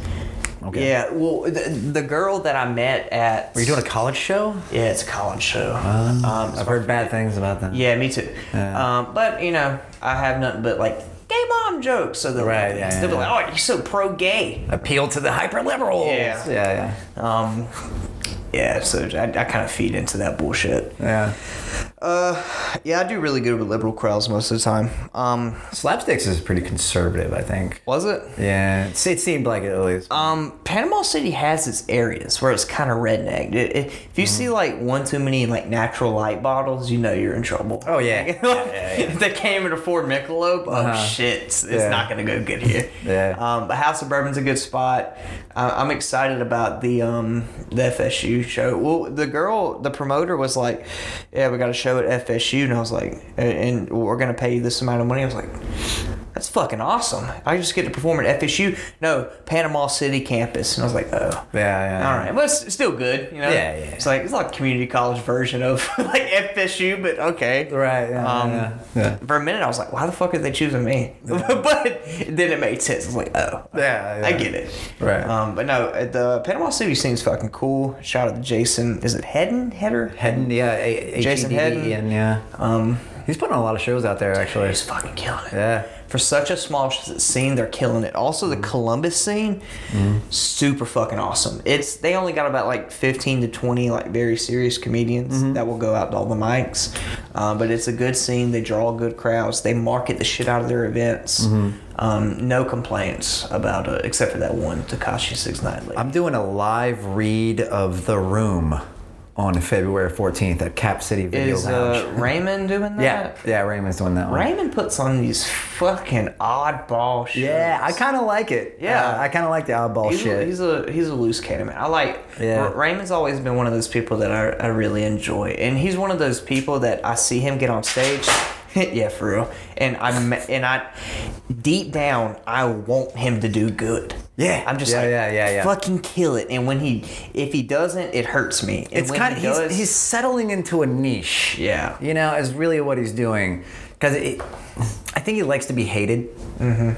Speaker 6: Okay.
Speaker 5: Yeah, well, the, the girl that I met at.
Speaker 6: Were you doing a college show?
Speaker 5: Yeah, it's a college show. um,
Speaker 6: I've heard bad things about that.
Speaker 5: yeah, me too.
Speaker 6: Yeah.
Speaker 5: Um, but you know, I have nothing but like gay mom jokes. So they're
Speaker 6: Right,
Speaker 5: like,
Speaker 6: yeah,
Speaker 5: they'll be
Speaker 6: yeah,
Speaker 5: like, "Oh, you're so pro gay."
Speaker 6: Appeal to the hyper liberals.
Speaker 5: Yeah.
Speaker 6: Yeah.
Speaker 5: Um, yeah, so I, I kind of feed into that bullshit.
Speaker 6: Yeah. yeah.
Speaker 5: Uh, yeah, I do really good with liberal crowds most of the time. Um,
Speaker 6: Slapsticks is pretty conservative, I think.
Speaker 5: was it?
Speaker 6: Yeah. It se- it seemed like it at least.
Speaker 5: Um, Panama City has its areas where it's kind of redneck. It- it- if
Speaker 6: Mm-hmm.
Speaker 5: you see like one too many like natural light bottles, you know you're in trouble.
Speaker 6: Oh, yeah.
Speaker 5: Like,
Speaker 6: Yeah, yeah, yeah.
Speaker 5: if they came in a Ford Michelob, oh
Speaker 6: Uh-huh.
Speaker 5: shit, it's
Speaker 6: Yeah.
Speaker 5: not gonna go good here.
Speaker 6: Yeah.
Speaker 5: Um, but House of Bourbon's a good spot. Uh, I'm excited about the um the FSU show. Well, the girl, the promoter was like, "Yeah, we got a show at FSU," and I was like, "And and we're gonna pay you this amount of money." I was like. That's fucking awesome. I just get to perform at FSU. No, Panama City campus. And I was like, oh.
Speaker 6: Yeah, yeah.
Speaker 5: All right. Well, it's it's still good, you know?
Speaker 6: Yeah, yeah.
Speaker 5: It's like, it's like a community college version of like FSU, but okay.
Speaker 6: Right, yeah,
Speaker 5: Um,
Speaker 6: yeah, yeah.
Speaker 5: For a minute, I was like, why the fuck are they choosing me? but then it made sense. I was like, oh.
Speaker 6: Yeah, yeah.
Speaker 5: I get it.
Speaker 6: Right.
Speaker 5: Um, but no, uh, the Panama City scene's fucking cool. Shout out to Jason. Is it Hedden? Header?
Speaker 6: Hedden, yeah. A- H-
Speaker 5: Jason
Speaker 6: E D E
Speaker 5: Hedden.
Speaker 6: And, yeah.
Speaker 5: Um,
Speaker 6: He's putting on a lot of shows out there, actually.
Speaker 5: He's fucking killing it.
Speaker 6: Yeah.
Speaker 5: For such a small sh- scene, they're killing it. Also,
Speaker 6: Mm-hmm.
Speaker 5: the Columbus scene, super fucking awesome. It's they only got about like fifteen to twenty like very serious comedians
Speaker 6: Mm-hmm.
Speaker 5: that will go out to all the mics, uh, but it's a good scene. They draw good crowds. They market the shit out of their events.
Speaker 6: Mm-hmm.
Speaker 5: Um, no complaints about it, except for that one Takashi Six Nine. lady.
Speaker 6: I'm doing a live read of The Room on February 14th at Cap City Video
Speaker 5: Is
Speaker 6: Lounge.
Speaker 5: uh, Raymond doing that?
Speaker 6: yeah, yeah, Raymond's doing that one.
Speaker 5: Raymond puts on these fucking oddball shows.
Speaker 6: Yeah, I kind of like it.
Speaker 5: Yeah.
Speaker 6: Uh, I kind of like the oddball
Speaker 5: he's
Speaker 6: shit.
Speaker 5: A, he's a he's a loose cannon. man. I like
Speaker 6: Yeah.
Speaker 5: Ra- Raymond's always been one of those people that I, I really enjoy, and he's one of those people that I see him get on stage. yeah, for real. And I am and I deep down I want him to do good.
Speaker 6: Yeah.
Speaker 5: I'm just
Speaker 6: Yeah,
Speaker 5: like
Speaker 6: yeah, yeah, yeah.
Speaker 5: fucking kill it. And when he if he doesn't, it hurts me. And
Speaker 6: it's
Speaker 5: when
Speaker 6: kind of
Speaker 5: he
Speaker 6: he's,
Speaker 5: does-
Speaker 6: he's settling into a niche.
Speaker 5: Yeah.
Speaker 6: you know, is really what he's doing because I think he likes to be hated, mm-hmm.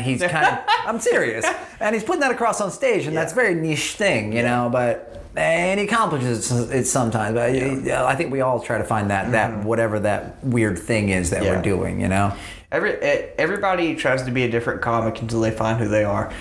Speaker 6: he's kind of I'm serious, and he's putting that across on stage, and that's a very niche thing, you know, but. And he accomplishes it sometimes, but yeah, I think we all try to find that that whatever that weird thing is that
Speaker 5: Mm-hmm. Yeah.
Speaker 6: we're doing, you know.
Speaker 5: Every e- everybody tries to be a different comic until they find who they are. Uh,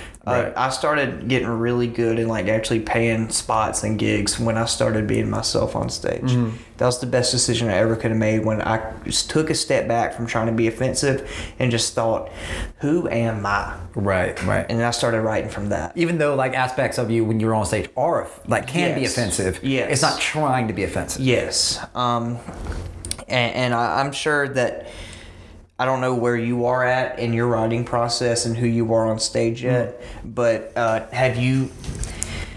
Speaker 6: Right.
Speaker 5: I started getting really good and like actually paying spots and gigs when I started being myself on stage.
Speaker 6: Mm-hmm.
Speaker 5: That was the best decision I ever could have made when I just took a step back from trying to be offensive and just thought, "Who am I?"
Speaker 6: Right, right.
Speaker 5: And then I started writing from that.
Speaker 6: even though like aspects of you when you're on stage are like can be
Speaker 5: Yes.
Speaker 6: offensive.
Speaker 5: Yes.
Speaker 6: it's not trying to be offensive.
Speaker 5: Yes. Um, and, and I, I'm sure that I don't know where you are at in your writing process and who you are on stage yet, but uh, have you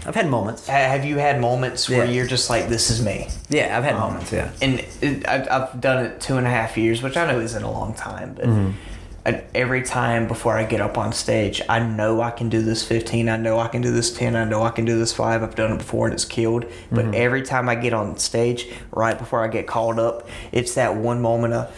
Speaker 6: I've had moments.
Speaker 5: ha- have you had moments where
Speaker 6: Yeah.
Speaker 5: you're just like, this is me? Um,
Speaker 6: Yeah, I've had moments. Yeah,
Speaker 5: And it, I've, I've done it two and a half years, which I know isn't a long time, but.
Speaker 6: Mm-hmm.
Speaker 5: I, every time before I get up on stage, I know I can do this 15, I know I can do this 10, I know I can do this 5. I've done it before and it's killed. But
Speaker 6: Mm-hmm.
Speaker 5: every time I get on stage, right before I get called up, it's that one moment of,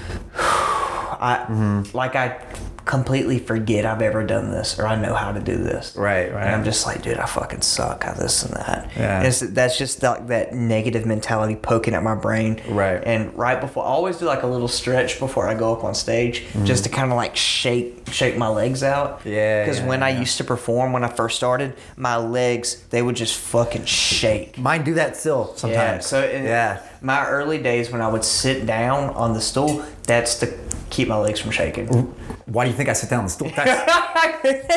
Speaker 5: I,
Speaker 6: Mm-hmm.
Speaker 5: like I completely forget I've ever done this or I know how to do this.
Speaker 6: Right, right.
Speaker 5: And I'm just like, dude, I fucking suck at this and that.
Speaker 6: Yeah.
Speaker 5: And it's, that's just like that negative mentality poking at my brain.
Speaker 6: Right.
Speaker 5: And right before, I always do like a little stretch before I go up on stage just to kind of like shake shake my legs out.
Speaker 6: Mm-hmm. Yeah,
Speaker 5: Because
Speaker 6: yeah,
Speaker 5: when I
Speaker 6: yeah.
Speaker 5: used to perform when I first started, my legs they would just fucking shake.
Speaker 6: mine do that still sometimes.
Speaker 5: Yeah. So in
Speaker 6: yeah,
Speaker 5: my early days when I would sit down on the stool, that's to keep my legs from shaking.
Speaker 6: why do you think I sit down on the stool? That's, Mm.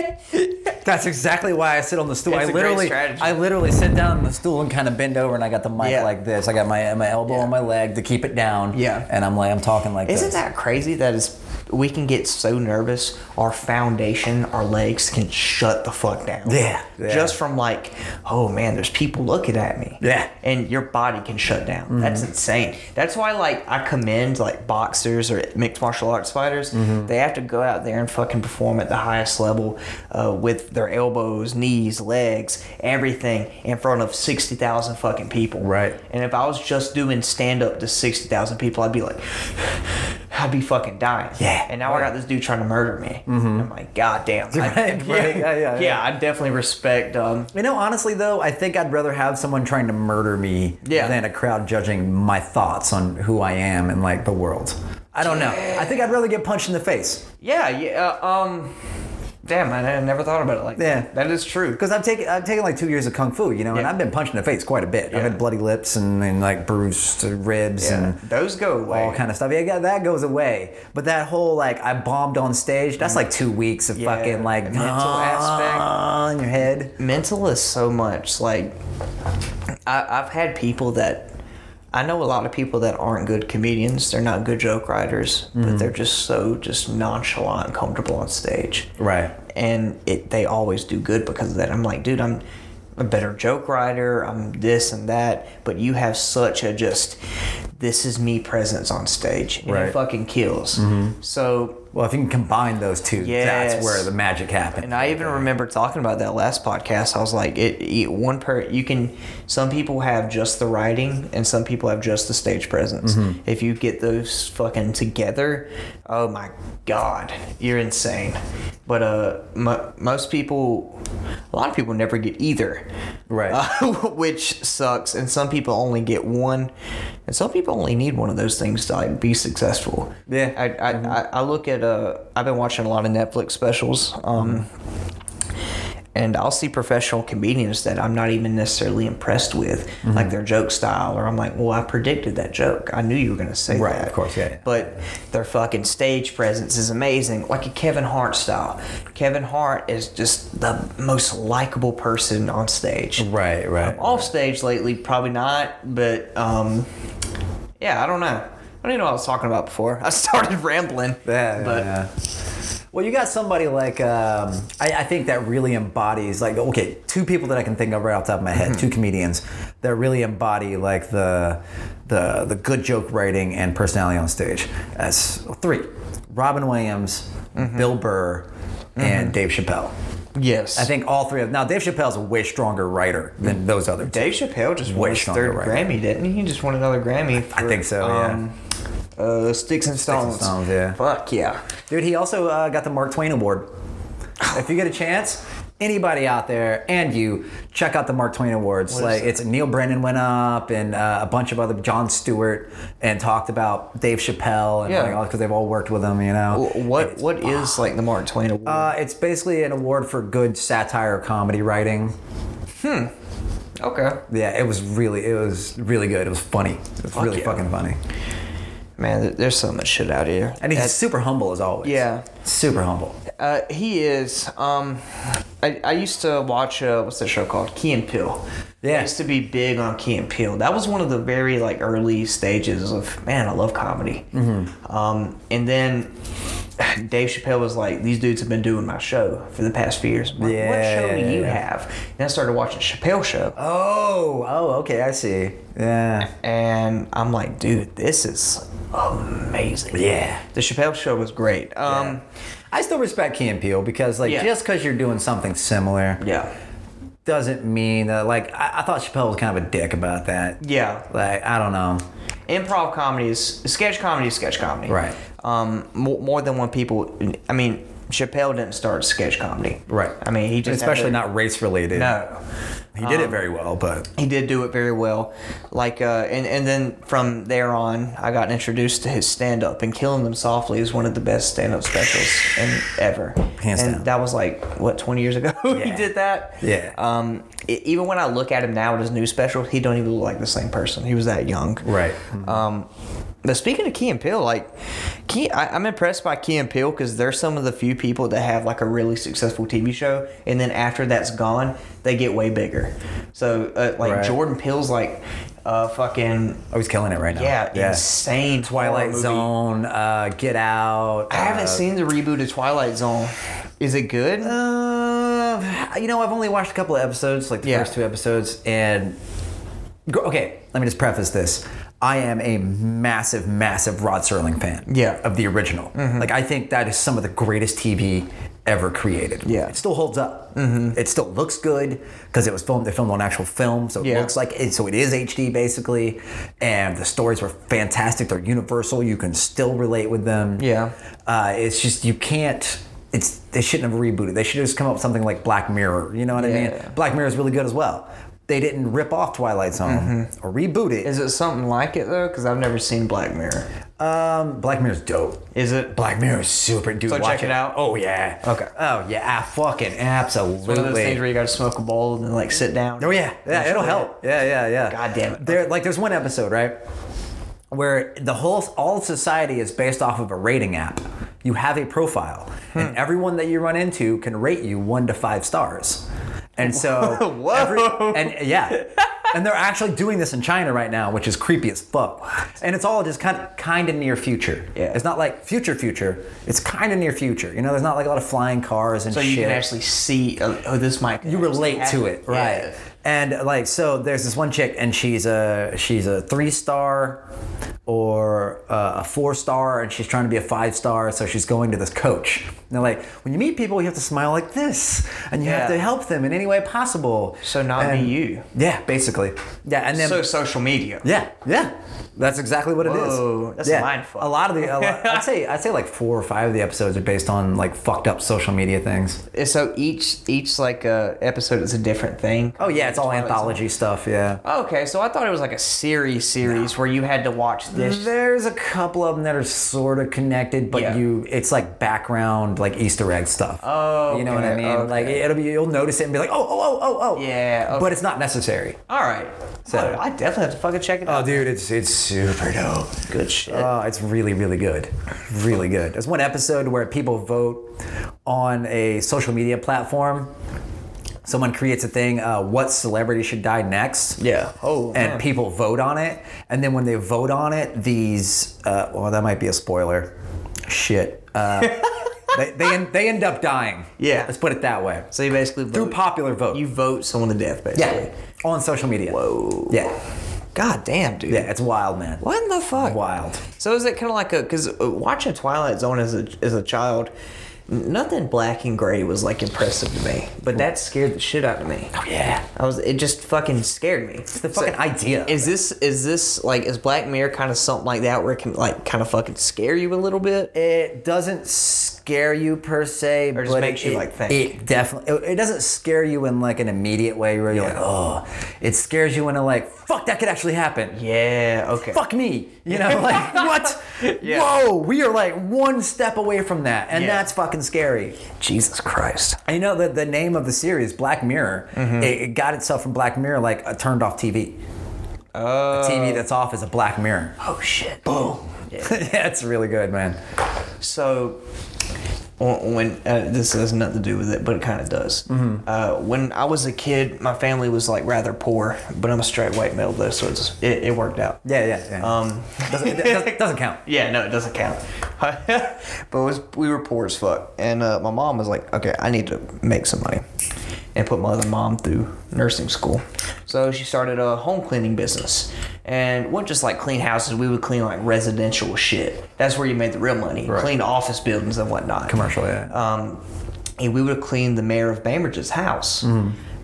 Speaker 6: that's exactly why I sit on the stool.
Speaker 5: It's
Speaker 6: I
Speaker 5: a great
Speaker 6: literally,
Speaker 5: strategy.
Speaker 6: I literally sit down on the stool and kind of bend over, and I got the mic
Speaker 5: Yeah.
Speaker 6: like this. I got my my elbow on my leg to keep it down.
Speaker 5: Yeah.
Speaker 6: and I'm like I'm talking like
Speaker 5: Isn't
Speaker 6: this.
Speaker 5: that crazy that is we can get so nervous our foundation, our legs can shut the fuck down.
Speaker 6: Yeah, yeah.
Speaker 5: Just from like, oh man, there's people looking at me.
Speaker 6: Yeah. Mm-hmm.
Speaker 5: And your body can shut down. That's insane. That's why like I commend like boxers or mixed martial arts fighters.
Speaker 6: Mm-hmm.
Speaker 5: They have to go out there and fucking perform at the highest level uh, with their elbows, knees, legs, everything in front of sixty thousand fucking people.
Speaker 6: Right.
Speaker 5: And if I was just doing stand up to 60,000 people, I'd be like, I'd be fucking dying.
Speaker 6: Yeah. Mm-hmm.
Speaker 5: And now I got this dude trying to murder me. And I'm like, God damn. I-
Speaker 6: Right, right. Yeah, yeah, yeah.
Speaker 5: I definitely respect. Um,
Speaker 6: You know, honestly though, I think I'd rather have someone trying to murder me
Speaker 5: Yeah.
Speaker 6: than a crowd judging my thoughts on who I am and like the world. I don't know. I think I'd rather get punched in the face
Speaker 5: yeah, yeah. Um, damn, I, I never thought about it like
Speaker 6: Yeah.
Speaker 5: that. That is true.
Speaker 6: because I've taken I've taken like two years of kung fu, you know, and
Speaker 5: Yeah.
Speaker 6: I've been punched in the face quite a bit. I've
Speaker 5: Yeah.
Speaker 6: had bloody lips and, and like bruised ribs
Speaker 5: Yeah.
Speaker 6: and
Speaker 5: Those go away.
Speaker 6: all kind of stuff. Yeah, yeah, that goes away. But that whole like I bombed on stage, that's like two weeks of
Speaker 5: Yeah,
Speaker 6: fucking like
Speaker 5: the mental aspect.
Speaker 6: on your head.
Speaker 5: mental is so much like I, i've had people that i know a lot of people that aren't good comedians they're not good joke writers
Speaker 6: Mm-hmm.
Speaker 5: but they're just so just nonchalant and comfortable on stage
Speaker 6: Right.
Speaker 5: and it they always do good because of that i'm like dude i'm a better joke writer i'm this and that but you have such a just this is me presence on stage and
Speaker 6: Right.
Speaker 5: it fucking kills so
Speaker 6: Well, if you can combine those two,
Speaker 5: Yes.
Speaker 6: that's where the magic happens.
Speaker 5: and I even remember talking about that last podcast. I was like, it, it one per you can. Some people have just the writing, and some people have just the stage presence.
Speaker 6: Mm-hmm.
Speaker 5: If you get those fucking together, oh my god, you're insane. But uh, mo most people, a lot of people never get either,
Speaker 6: Right.
Speaker 5: Uh, which sucks. And some people only get one, and some people only need one of those things to like be successful.
Speaker 6: Yeah. Mm-hmm.
Speaker 5: I I, I, I look at uh, I've been watching a lot of Netflix specials.
Speaker 6: Mm-hmm.
Speaker 5: Um, and I'll see professional comedians that I'm not even necessarily impressed with,
Speaker 6: Mm-hmm.
Speaker 5: like their joke style, or I'm like, well, I predicted that joke. I knew you were going to say
Speaker 6: Right,
Speaker 5: that.
Speaker 6: of course, yeah, yeah.
Speaker 5: But their fucking stage presence is amazing, like a Kevin Hart style. Kevin Hart is just the most likable person on stage.
Speaker 6: Right, right.
Speaker 5: Off stage lately, probably not, but um, yeah, I don't know. I don't even know what I was talking about before. I started rambling.
Speaker 6: Yeah,
Speaker 5: but
Speaker 6: yeah, yeah. Well, you got somebody like um, I, I think that really embodies like okay, two people that I can think of right off the top of my head, two comedians that really embody like the the the good joke writing and personality on stage. That's three: Robin Williams, Bill Burr, and Dave Chappelle.
Speaker 5: yes,
Speaker 6: I think all three of now Dave Chappelle's a way stronger writer than those other two.
Speaker 5: Dave Chappelle just
Speaker 6: Way
Speaker 5: won his
Speaker 6: stronger
Speaker 5: third
Speaker 6: right
Speaker 5: Grammy, didn't he? He just won another Grammy. For,
Speaker 6: think so, yeah.
Speaker 5: yeah. Uh, Sticks and Stones.
Speaker 6: Stones, yeah.
Speaker 5: Fuck yeah.
Speaker 6: Dude, he also uh, got the Mark Twain Award. If you get a chance, anybody out there and you, check out the Mark Twain Awards. like it's Neil Brennan went up and uh, a bunch of other John Stewart and talked about Dave Chappelle and
Speaker 5: Yeah.
Speaker 6: because they've all worked with him, you know.
Speaker 5: Wh- What what is like the Mark Twain Award?
Speaker 6: Uh, it's basically an award for good satire comedy writing.
Speaker 5: okay,
Speaker 6: Yeah, it was really, it was really good. It was funny. It was really
Speaker 5: yeah.
Speaker 6: fucking funny.
Speaker 5: man, th- there's so much shit out here.
Speaker 6: And he's
Speaker 5: That-
Speaker 6: super humble as always.
Speaker 5: Yeah.
Speaker 6: super humble.
Speaker 5: uh, he is. Um, I, I used to watch uh, what's that show called? Key and Peele.
Speaker 6: Yeah.
Speaker 5: I used to be big on Key and Peele. That was one of the very like early stages of man, I love comedy.
Speaker 6: Mm-hmm.
Speaker 5: Um, and then Dave Chappelle was like, these dudes have been doing my show for the past few years. I'm like, what show
Speaker 6: Yeah.
Speaker 5: do you have? And I started watching Chappelle Show.
Speaker 6: Oh, oh, okay, I see. Yeah,
Speaker 5: and I'm like, dude, this is amazing.
Speaker 6: yeah.
Speaker 5: The Chappelle show was great. Um,
Speaker 6: I still respect Key and Peele because like
Speaker 5: Yeah.
Speaker 6: just because you're doing something similar
Speaker 5: yeah.
Speaker 6: doesn't mean that like I, I thought Chappelle was kind of a dick about that.
Speaker 5: Yeah.
Speaker 6: Like I don't know.
Speaker 5: Improv comedy is sketch comedy is sketch comedy.
Speaker 6: Right.
Speaker 5: Um, more, more than one people, I mean, Chappelle didn't start sketch comedy.
Speaker 6: Right.
Speaker 5: I mean, he just. had
Speaker 6: especially
Speaker 5: the-
Speaker 6: not race related.
Speaker 5: No. Um,
Speaker 6: He did it very well, but
Speaker 5: He did do it very well. Like, uh, and, and then from there on, I got introduced to his stand up, and Killing Them Softly is one of the best stand up specials in, ever.
Speaker 6: Hands
Speaker 5: and
Speaker 6: down.
Speaker 5: that was like, what, 20 years ago he
Speaker 6: Yeah.
Speaker 5: did that?
Speaker 6: Yeah.
Speaker 5: Um, e- even when I look at him now at his new special, he don't even look like the same person. He was that young.
Speaker 6: right.
Speaker 5: Um, but speaking of Key and Peele, like Key, I, I'm impressed by Key and Peele because they're some of the few people that have like a really successful TV show, and then after that's gone, they get way bigger. So uh, like
Speaker 6: Right.
Speaker 5: Jordan Peele's like uh, fucking
Speaker 6: Oh, he's killing it right now.
Speaker 5: yeah, insane horror
Speaker 6: Twilight
Speaker 5: movie.
Speaker 6: Zone, uh, Get Out.
Speaker 5: I haven't seen the reboot of Twilight Zone. Is it good?
Speaker 6: Uh, you know, I've only watched a couple of episodes, like the
Speaker 5: Yeah.
Speaker 6: first two episodes, and Gr- okay, let me just preface this. I am a massive, massive Rod Serling fan.
Speaker 5: Yeah. Mm-hmm.
Speaker 6: Of the original. Like I think that is some of the greatest TV ever created.
Speaker 5: Yeah.
Speaker 6: It still holds up. Mm-hmm. It still looks good because it was filmed. They filmed on actual film, so it
Speaker 5: Yeah.
Speaker 6: looks like it. So it is HD basically, and the stories were fantastic. They're universal. You can still relate with them.
Speaker 5: Yeah.
Speaker 6: Uh, it's just you can't. It's they shouldn't have rebooted. They should have just come up with something like Black Mirror. You know what I
Speaker 5: Yeah.
Speaker 6: mean? Black Mirror is really good as well. They didn't rip off Twilight Zone
Speaker 5: Mm-hmm.
Speaker 6: or reboot it.
Speaker 5: Is it something like it though? Because I've never seen Black Mirror.
Speaker 6: Um, Black Mirror's dope.
Speaker 5: Is it?
Speaker 6: Black Mirror is super dude.
Speaker 5: So
Speaker 6: watch
Speaker 5: check it out?
Speaker 6: Oh yeah.
Speaker 5: Okay.
Speaker 6: Oh yeah. I fucking absolutely.
Speaker 5: One of those things where you gotta smoke a bowl and then like sit down.
Speaker 6: Oh yeah, yeah, it'll help. Yeah, yeah, yeah.
Speaker 5: God damn it.
Speaker 6: There, like, there's one episode, right, where the whole all of society is based off of a rating app. You have a profile,
Speaker 5: Hmm.
Speaker 6: and everyone that you run into can rate you one to five stars. And so,
Speaker 5: Whoa.
Speaker 6: and yeah, and they're actually doing this in China right now, which is creepy as fuck. And it's all just kind of kind of near future.
Speaker 5: Yeah.
Speaker 6: it's not like future future. It's kind of near future. You know, there's not like a lot of flying cars and
Speaker 5: So
Speaker 6: shit
Speaker 5: you can actually see. Oh, oh, this might.
Speaker 6: you relate to it, right?
Speaker 5: Yeah.
Speaker 6: And like, so there's this one chick, and she's a she's a three star or uh, a four star, and she's trying to be a five star, so she's going to this coach. And they're like, when you meet people, you have to smile like this, and you have
Speaker 5: Yeah.
Speaker 6: to help them in any way possible.
Speaker 5: So not be
Speaker 6: And-
Speaker 5: you.
Speaker 6: Yeah, basically. Yeah, and then
Speaker 5: So social media.
Speaker 6: yeah, yeah. That's exactly what it
Speaker 5: Whoa,
Speaker 6: is.
Speaker 5: that's
Speaker 6: yeah.
Speaker 5: mindfuck.
Speaker 6: A lot of the, a lot, I'd say, I'd say like four or five of the episodes are based on like fucked up social media things.
Speaker 5: So each each like uh, episode is a different thing.
Speaker 6: Oh yeah, it's all
Speaker 5: Twilight Zone.
Speaker 6: anthology stuff. Yeah.
Speaker 5: Oh, Okay, so I thought it was like a series series where you had to watch this.
Speaker 6: There's a couple of them that are sort of connected, but
Speaker 5: Yeah.
Speaker 6: you it's like background like Easter egg stuff.
Speaker 5: Oh,
Speaker 6: you know what I
Speaker 5: okay,
Speaker 6: mean? Like
Speaker 5: okay.
Speaker 6: it'll be you'll notice it and be like, oh, oh, oh, oh, oh.
Speaker 5: Yeah, okay.
Speaker 6: But it's not necessary.
Speaker 5: All right. So
Speaker 6: So-
Speaker 5: I definitely have to fucking check it
Speaker 6: Oh,
Speaker 5: out.
Speaker 6: dude, it's it's super dope.
Speaker 5: Good shit.
Speaker 6: Oh, it's really, really good. Really good. There's one episode where people vote on a social media platform. Someone creates a thing, uh, what celebrity should die next.
Speaker 5: Yeah. Oh,
Speaker 6: And
Speaker 5: man.
Speaker 6: people vote on it. And then when they vote on it, these, uh, well, that might be a spoiler. Shit. Uh, they, they, en- they end up dying.
Speaker 5: Yeah.
Speaker 6: Let's put it that way.
Speaker 5: so you basically vote,
Speaker 6: Through popular vote.
Speaker 5: you vote someone to death basically.
Speaker 6: yeah. On social media.
Speaker 5: Whoa.
Speaker 6: Yeah.
Speaker 5: God damn, dude.
Speaker 6: Yeah. It's wild, man.
Speaker 5: What in the fuck?
Speaker 6: Wild.
Speaker 5: So is it kind of like a because watching Twilight Zone as a as a child, n- nothing black and gray was like impressive to me, but that scared the shit out of me.
Speaker 6: Oh, yeah.
Speaker 5: I was it just fucking scared me. It's
Speaker 6: The fucking idea.
Speaker 5: Is this is this like is Black Mirror kind of something like that where it can like kind of fucking scare you a little bit?
Speaker 6: It doesn't scare you per se,
Speaker 5: Or just
Speaker 6: but
Speaker 5: makes
Speaker 6: it,
Speaker 5: you, like, think.
Speaker 6: It definitely. It, it doesn't scare you in like an immediate way where you're like, oh. It scares you in a like, fuck, that could actually happen.
Speaker 5: Yeah. Okay.
Speaker 6: Fuck me, you know, like what?
Speaker 5: Yeah.
Speaker 6: Whoa, we are like one step away from that, and
Speaker 5: Yeah.
Speaker 6: that's fucking scary.
Speaker 5: Jesus Christ. Mm-hmm.
Speaker 6: I know that the name of the series, Black Mirror, it, it got itself from Black Mirror, like a turned off TV. Oh. A TV that's off is a Black Mirror.
Speaker 5: Oh shit. Boom.
Speaker 6: yeah, it's really good, man.
Speaker 5: So, when when, uh, this has nothing to do with it, but it kind of does. Uh, when I was a kid, my family was like rather poor, but I'm a straight white male though, so it's, it, it worked out.
Speaker 6: Yeah, yeah, yeah.
Speaker 5: Um,
Speaker 6: doesn't, it doesn't, doesn't count.
Speaker 5: yeah, no, it doesn't count. but it was, we were poor as fuck, and uh, my mom was like, "Okay, I need to make some money," and put my other mom through nursing school. So she started a home cleaning business, and wouldn't just like clean houses. We would clean like residential shit. That's where you made the real money. Clean office buildings and whatnot.
Speaker 6: Commercial, yeah.
Speaker 5: Um, and we would have cleaned the mayor of Bainbridge's house.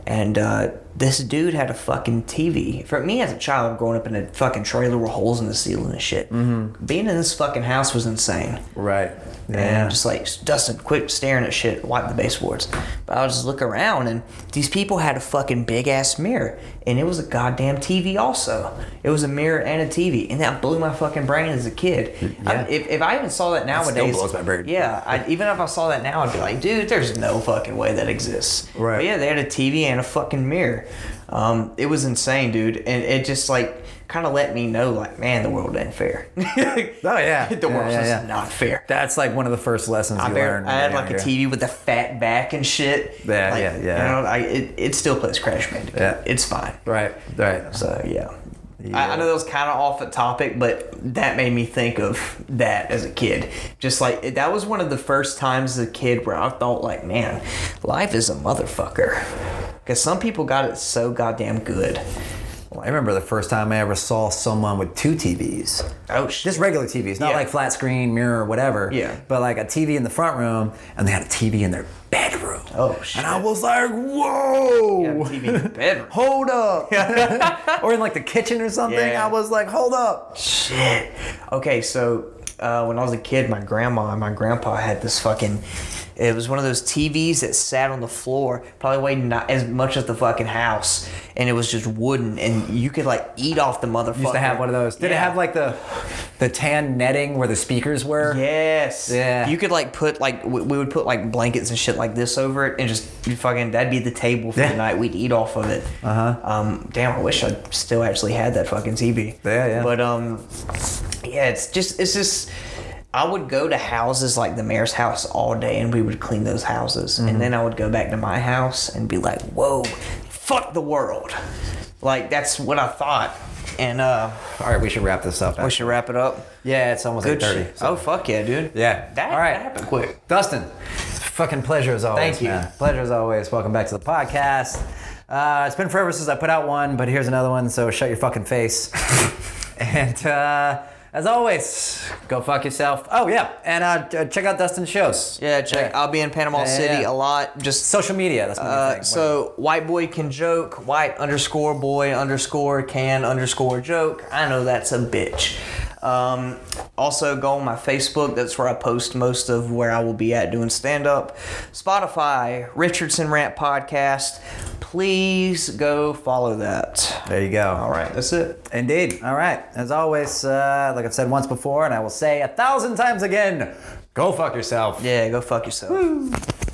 Speaker 5: And uh, this dude had a fucking TV. For me as a child, growing up in a fucking trailer with holes in the ceiling and shit, being in this fucking house was insane.
Speaker 6: Right.
Speaker 5: And just like Dustin, quit staring at shit, wipe the baseboards. But I would just look around, and these people had a fucking big ass mirror, and it was a goddamn TV also. It was a mirror and a TV, and that blew my fucking brain as a kid. I-
Speaker 6: Yeah.
Speaker 5: if, if I even saw that
Speaker 6: still
Speaker 5: nowadays,
Speaker 6: blows my brain.
Speaker 5: Yeah, I, even if I saw that now, I'd be like, dude, there's no fucking way that exists.
Speaker 6: Right.
Speaker 5: But yeah, they had a TV and a fucking mirror. Um, it was insane, dude, and it just like kind of let me know, like, man, the world ain't fair.
Speaker 6: Oh yeah.
Speaker 5: the
Speaker 6: Yeah,
Speaker 5: world's
Speaker 6: yeah,
Speaker 5: just
Speaker 6: yeah.
Speaker 5: not fair.
Speaker 6: That's like one of the first lessons
Speaker 5: I,
Speaker 6: you
Speaker 5: bear-
Speaker 6: learn.
Speaker 5: I had
Speaker 6: when
Speaker 5: like
Speaker 6: you're
Speaker 5: a TV with a fat back and shit.
Speaker 6: Yeah,
Speaker 5: Like,
Speaker 6: yeah, yeah.
Speaker 5: You know, I, it, it still plays Crash Bandicoot.
Speaker 6: Yeah.
Speaker 5: It's fine.
Speaker 6: younger. Right. Right.
Speaker 5: So, yeah. I,
Speaker 6: Yeah.
Speaker 5: I know that was kind of off the topic, but that made me think of that as a kid. Just like, it- that was one of the first times as a kid where I thought, like, man, life is a motherfucker. Because some people got it so goddamn good.
Speaker 6: I remember the first time I ever saw someone with two TVs.
Speaker 5: Oh, shit.
Speaker 6: Just regular TVs, not
Speaker 5: Yeah.
Speaker 6: like flat screen, mirror, whatever.
Speaker 5: Yeah.
Speaker 6: But like a TV in the front room, and they had a TV in their bedroom.
Speaker 5: Oh, shit.
Speaker 6: And I was like, whoa.
Speaker 5: Yeah, TV in the bedroom.
Speaker 6: hold up. or in like the kitchen or something.
Speaker 5: Yeah.
Speaker 6: I was like, hold up.
Speaker 5: Shit. Okay, so uh, when I was a kid, my grandma and my grandpa had this fucking. It was one of those TVs that sat on the floor, probably weighed not as much as the fucking house, and it was just wooden, and you could like eat off the motherfucker.
Speaker 6: Used to have one of those. Did it
Speaker 5: Yeah.
Speaker 6: have like the the tan netting where the speakers were?
Speaker 5: Yes.
Speaker 6: Yeah.
Speaker 5: You could like put like we, we would put like blankets and shit like this over it, and just you fucking that'd be the table for
Speaker 6: Yeah. Uh-huh.
Speaker 5: the night. We'd eat off of it. Uh huh. Um, damn, I wish I still actually had that fucking TV.
Speaker 6: Yeah, yeah.
Speaker 5: But um, yeah, it's just it's just. I would go to houses like the mayor's house all day, and we would clean those houses,
Speaker 6: Mm-hmm.
Speaker 5: and then I would go back to my house and be like, "Whoa, fuck the world!" Like that's what I thought, and uh,
Speaker 6: All right, we should wrap this up.
Speaker 5: we should wrap it up.
Speaker 6: yeah, it's almost
Speaker 5: Good
Speaker 6: 8:30.
Speaker 5: shit. Oh fuck yeah, dude.
Speaker 6: Yeah.
Speaker 5: That,
Speaker 6: All right.
Speaker 5: that happened quick.
Speaker 6: Dustin, fucking pleasure as always.
Speaker 5: Thank you.
Speaker 6: man. Pleasure as always. Welcome back to the podcast. Uh, it's been forever since I put out one, but here's another one, so shut your fucking face. and uh, as always, go fuck yourself. Oh, yeah. And uh, ch- check out Dustin's shows.
Speaker 5: Yeah, check. I'll be in Panama
Speaker 6: Yeah, yeah,
Speaker 5: City
Speaker 6: yeah.
Speaker 5: a lot. Just
Speaker 6: Social media. That's my new
Speaker 5: uh,
Speaker 6: thing.
Speaker 5: so white boy can joke. White underscore boy underscore can underscore joke. I know that's a bitch. Um, also go on my Facebook. That's where I post most of where I will be at doing stand up. Spotify Richardson Rant Podcast. Please go follow that.
Speaker 6: there you go.
Speaker 5: All right, that's it.
Speaker 6: Indeed. All right. As always, uh, like I've said once before, and I will say a thousand times again, go fuck yourself.
Speaker 5: Yeah, go fuck yourself.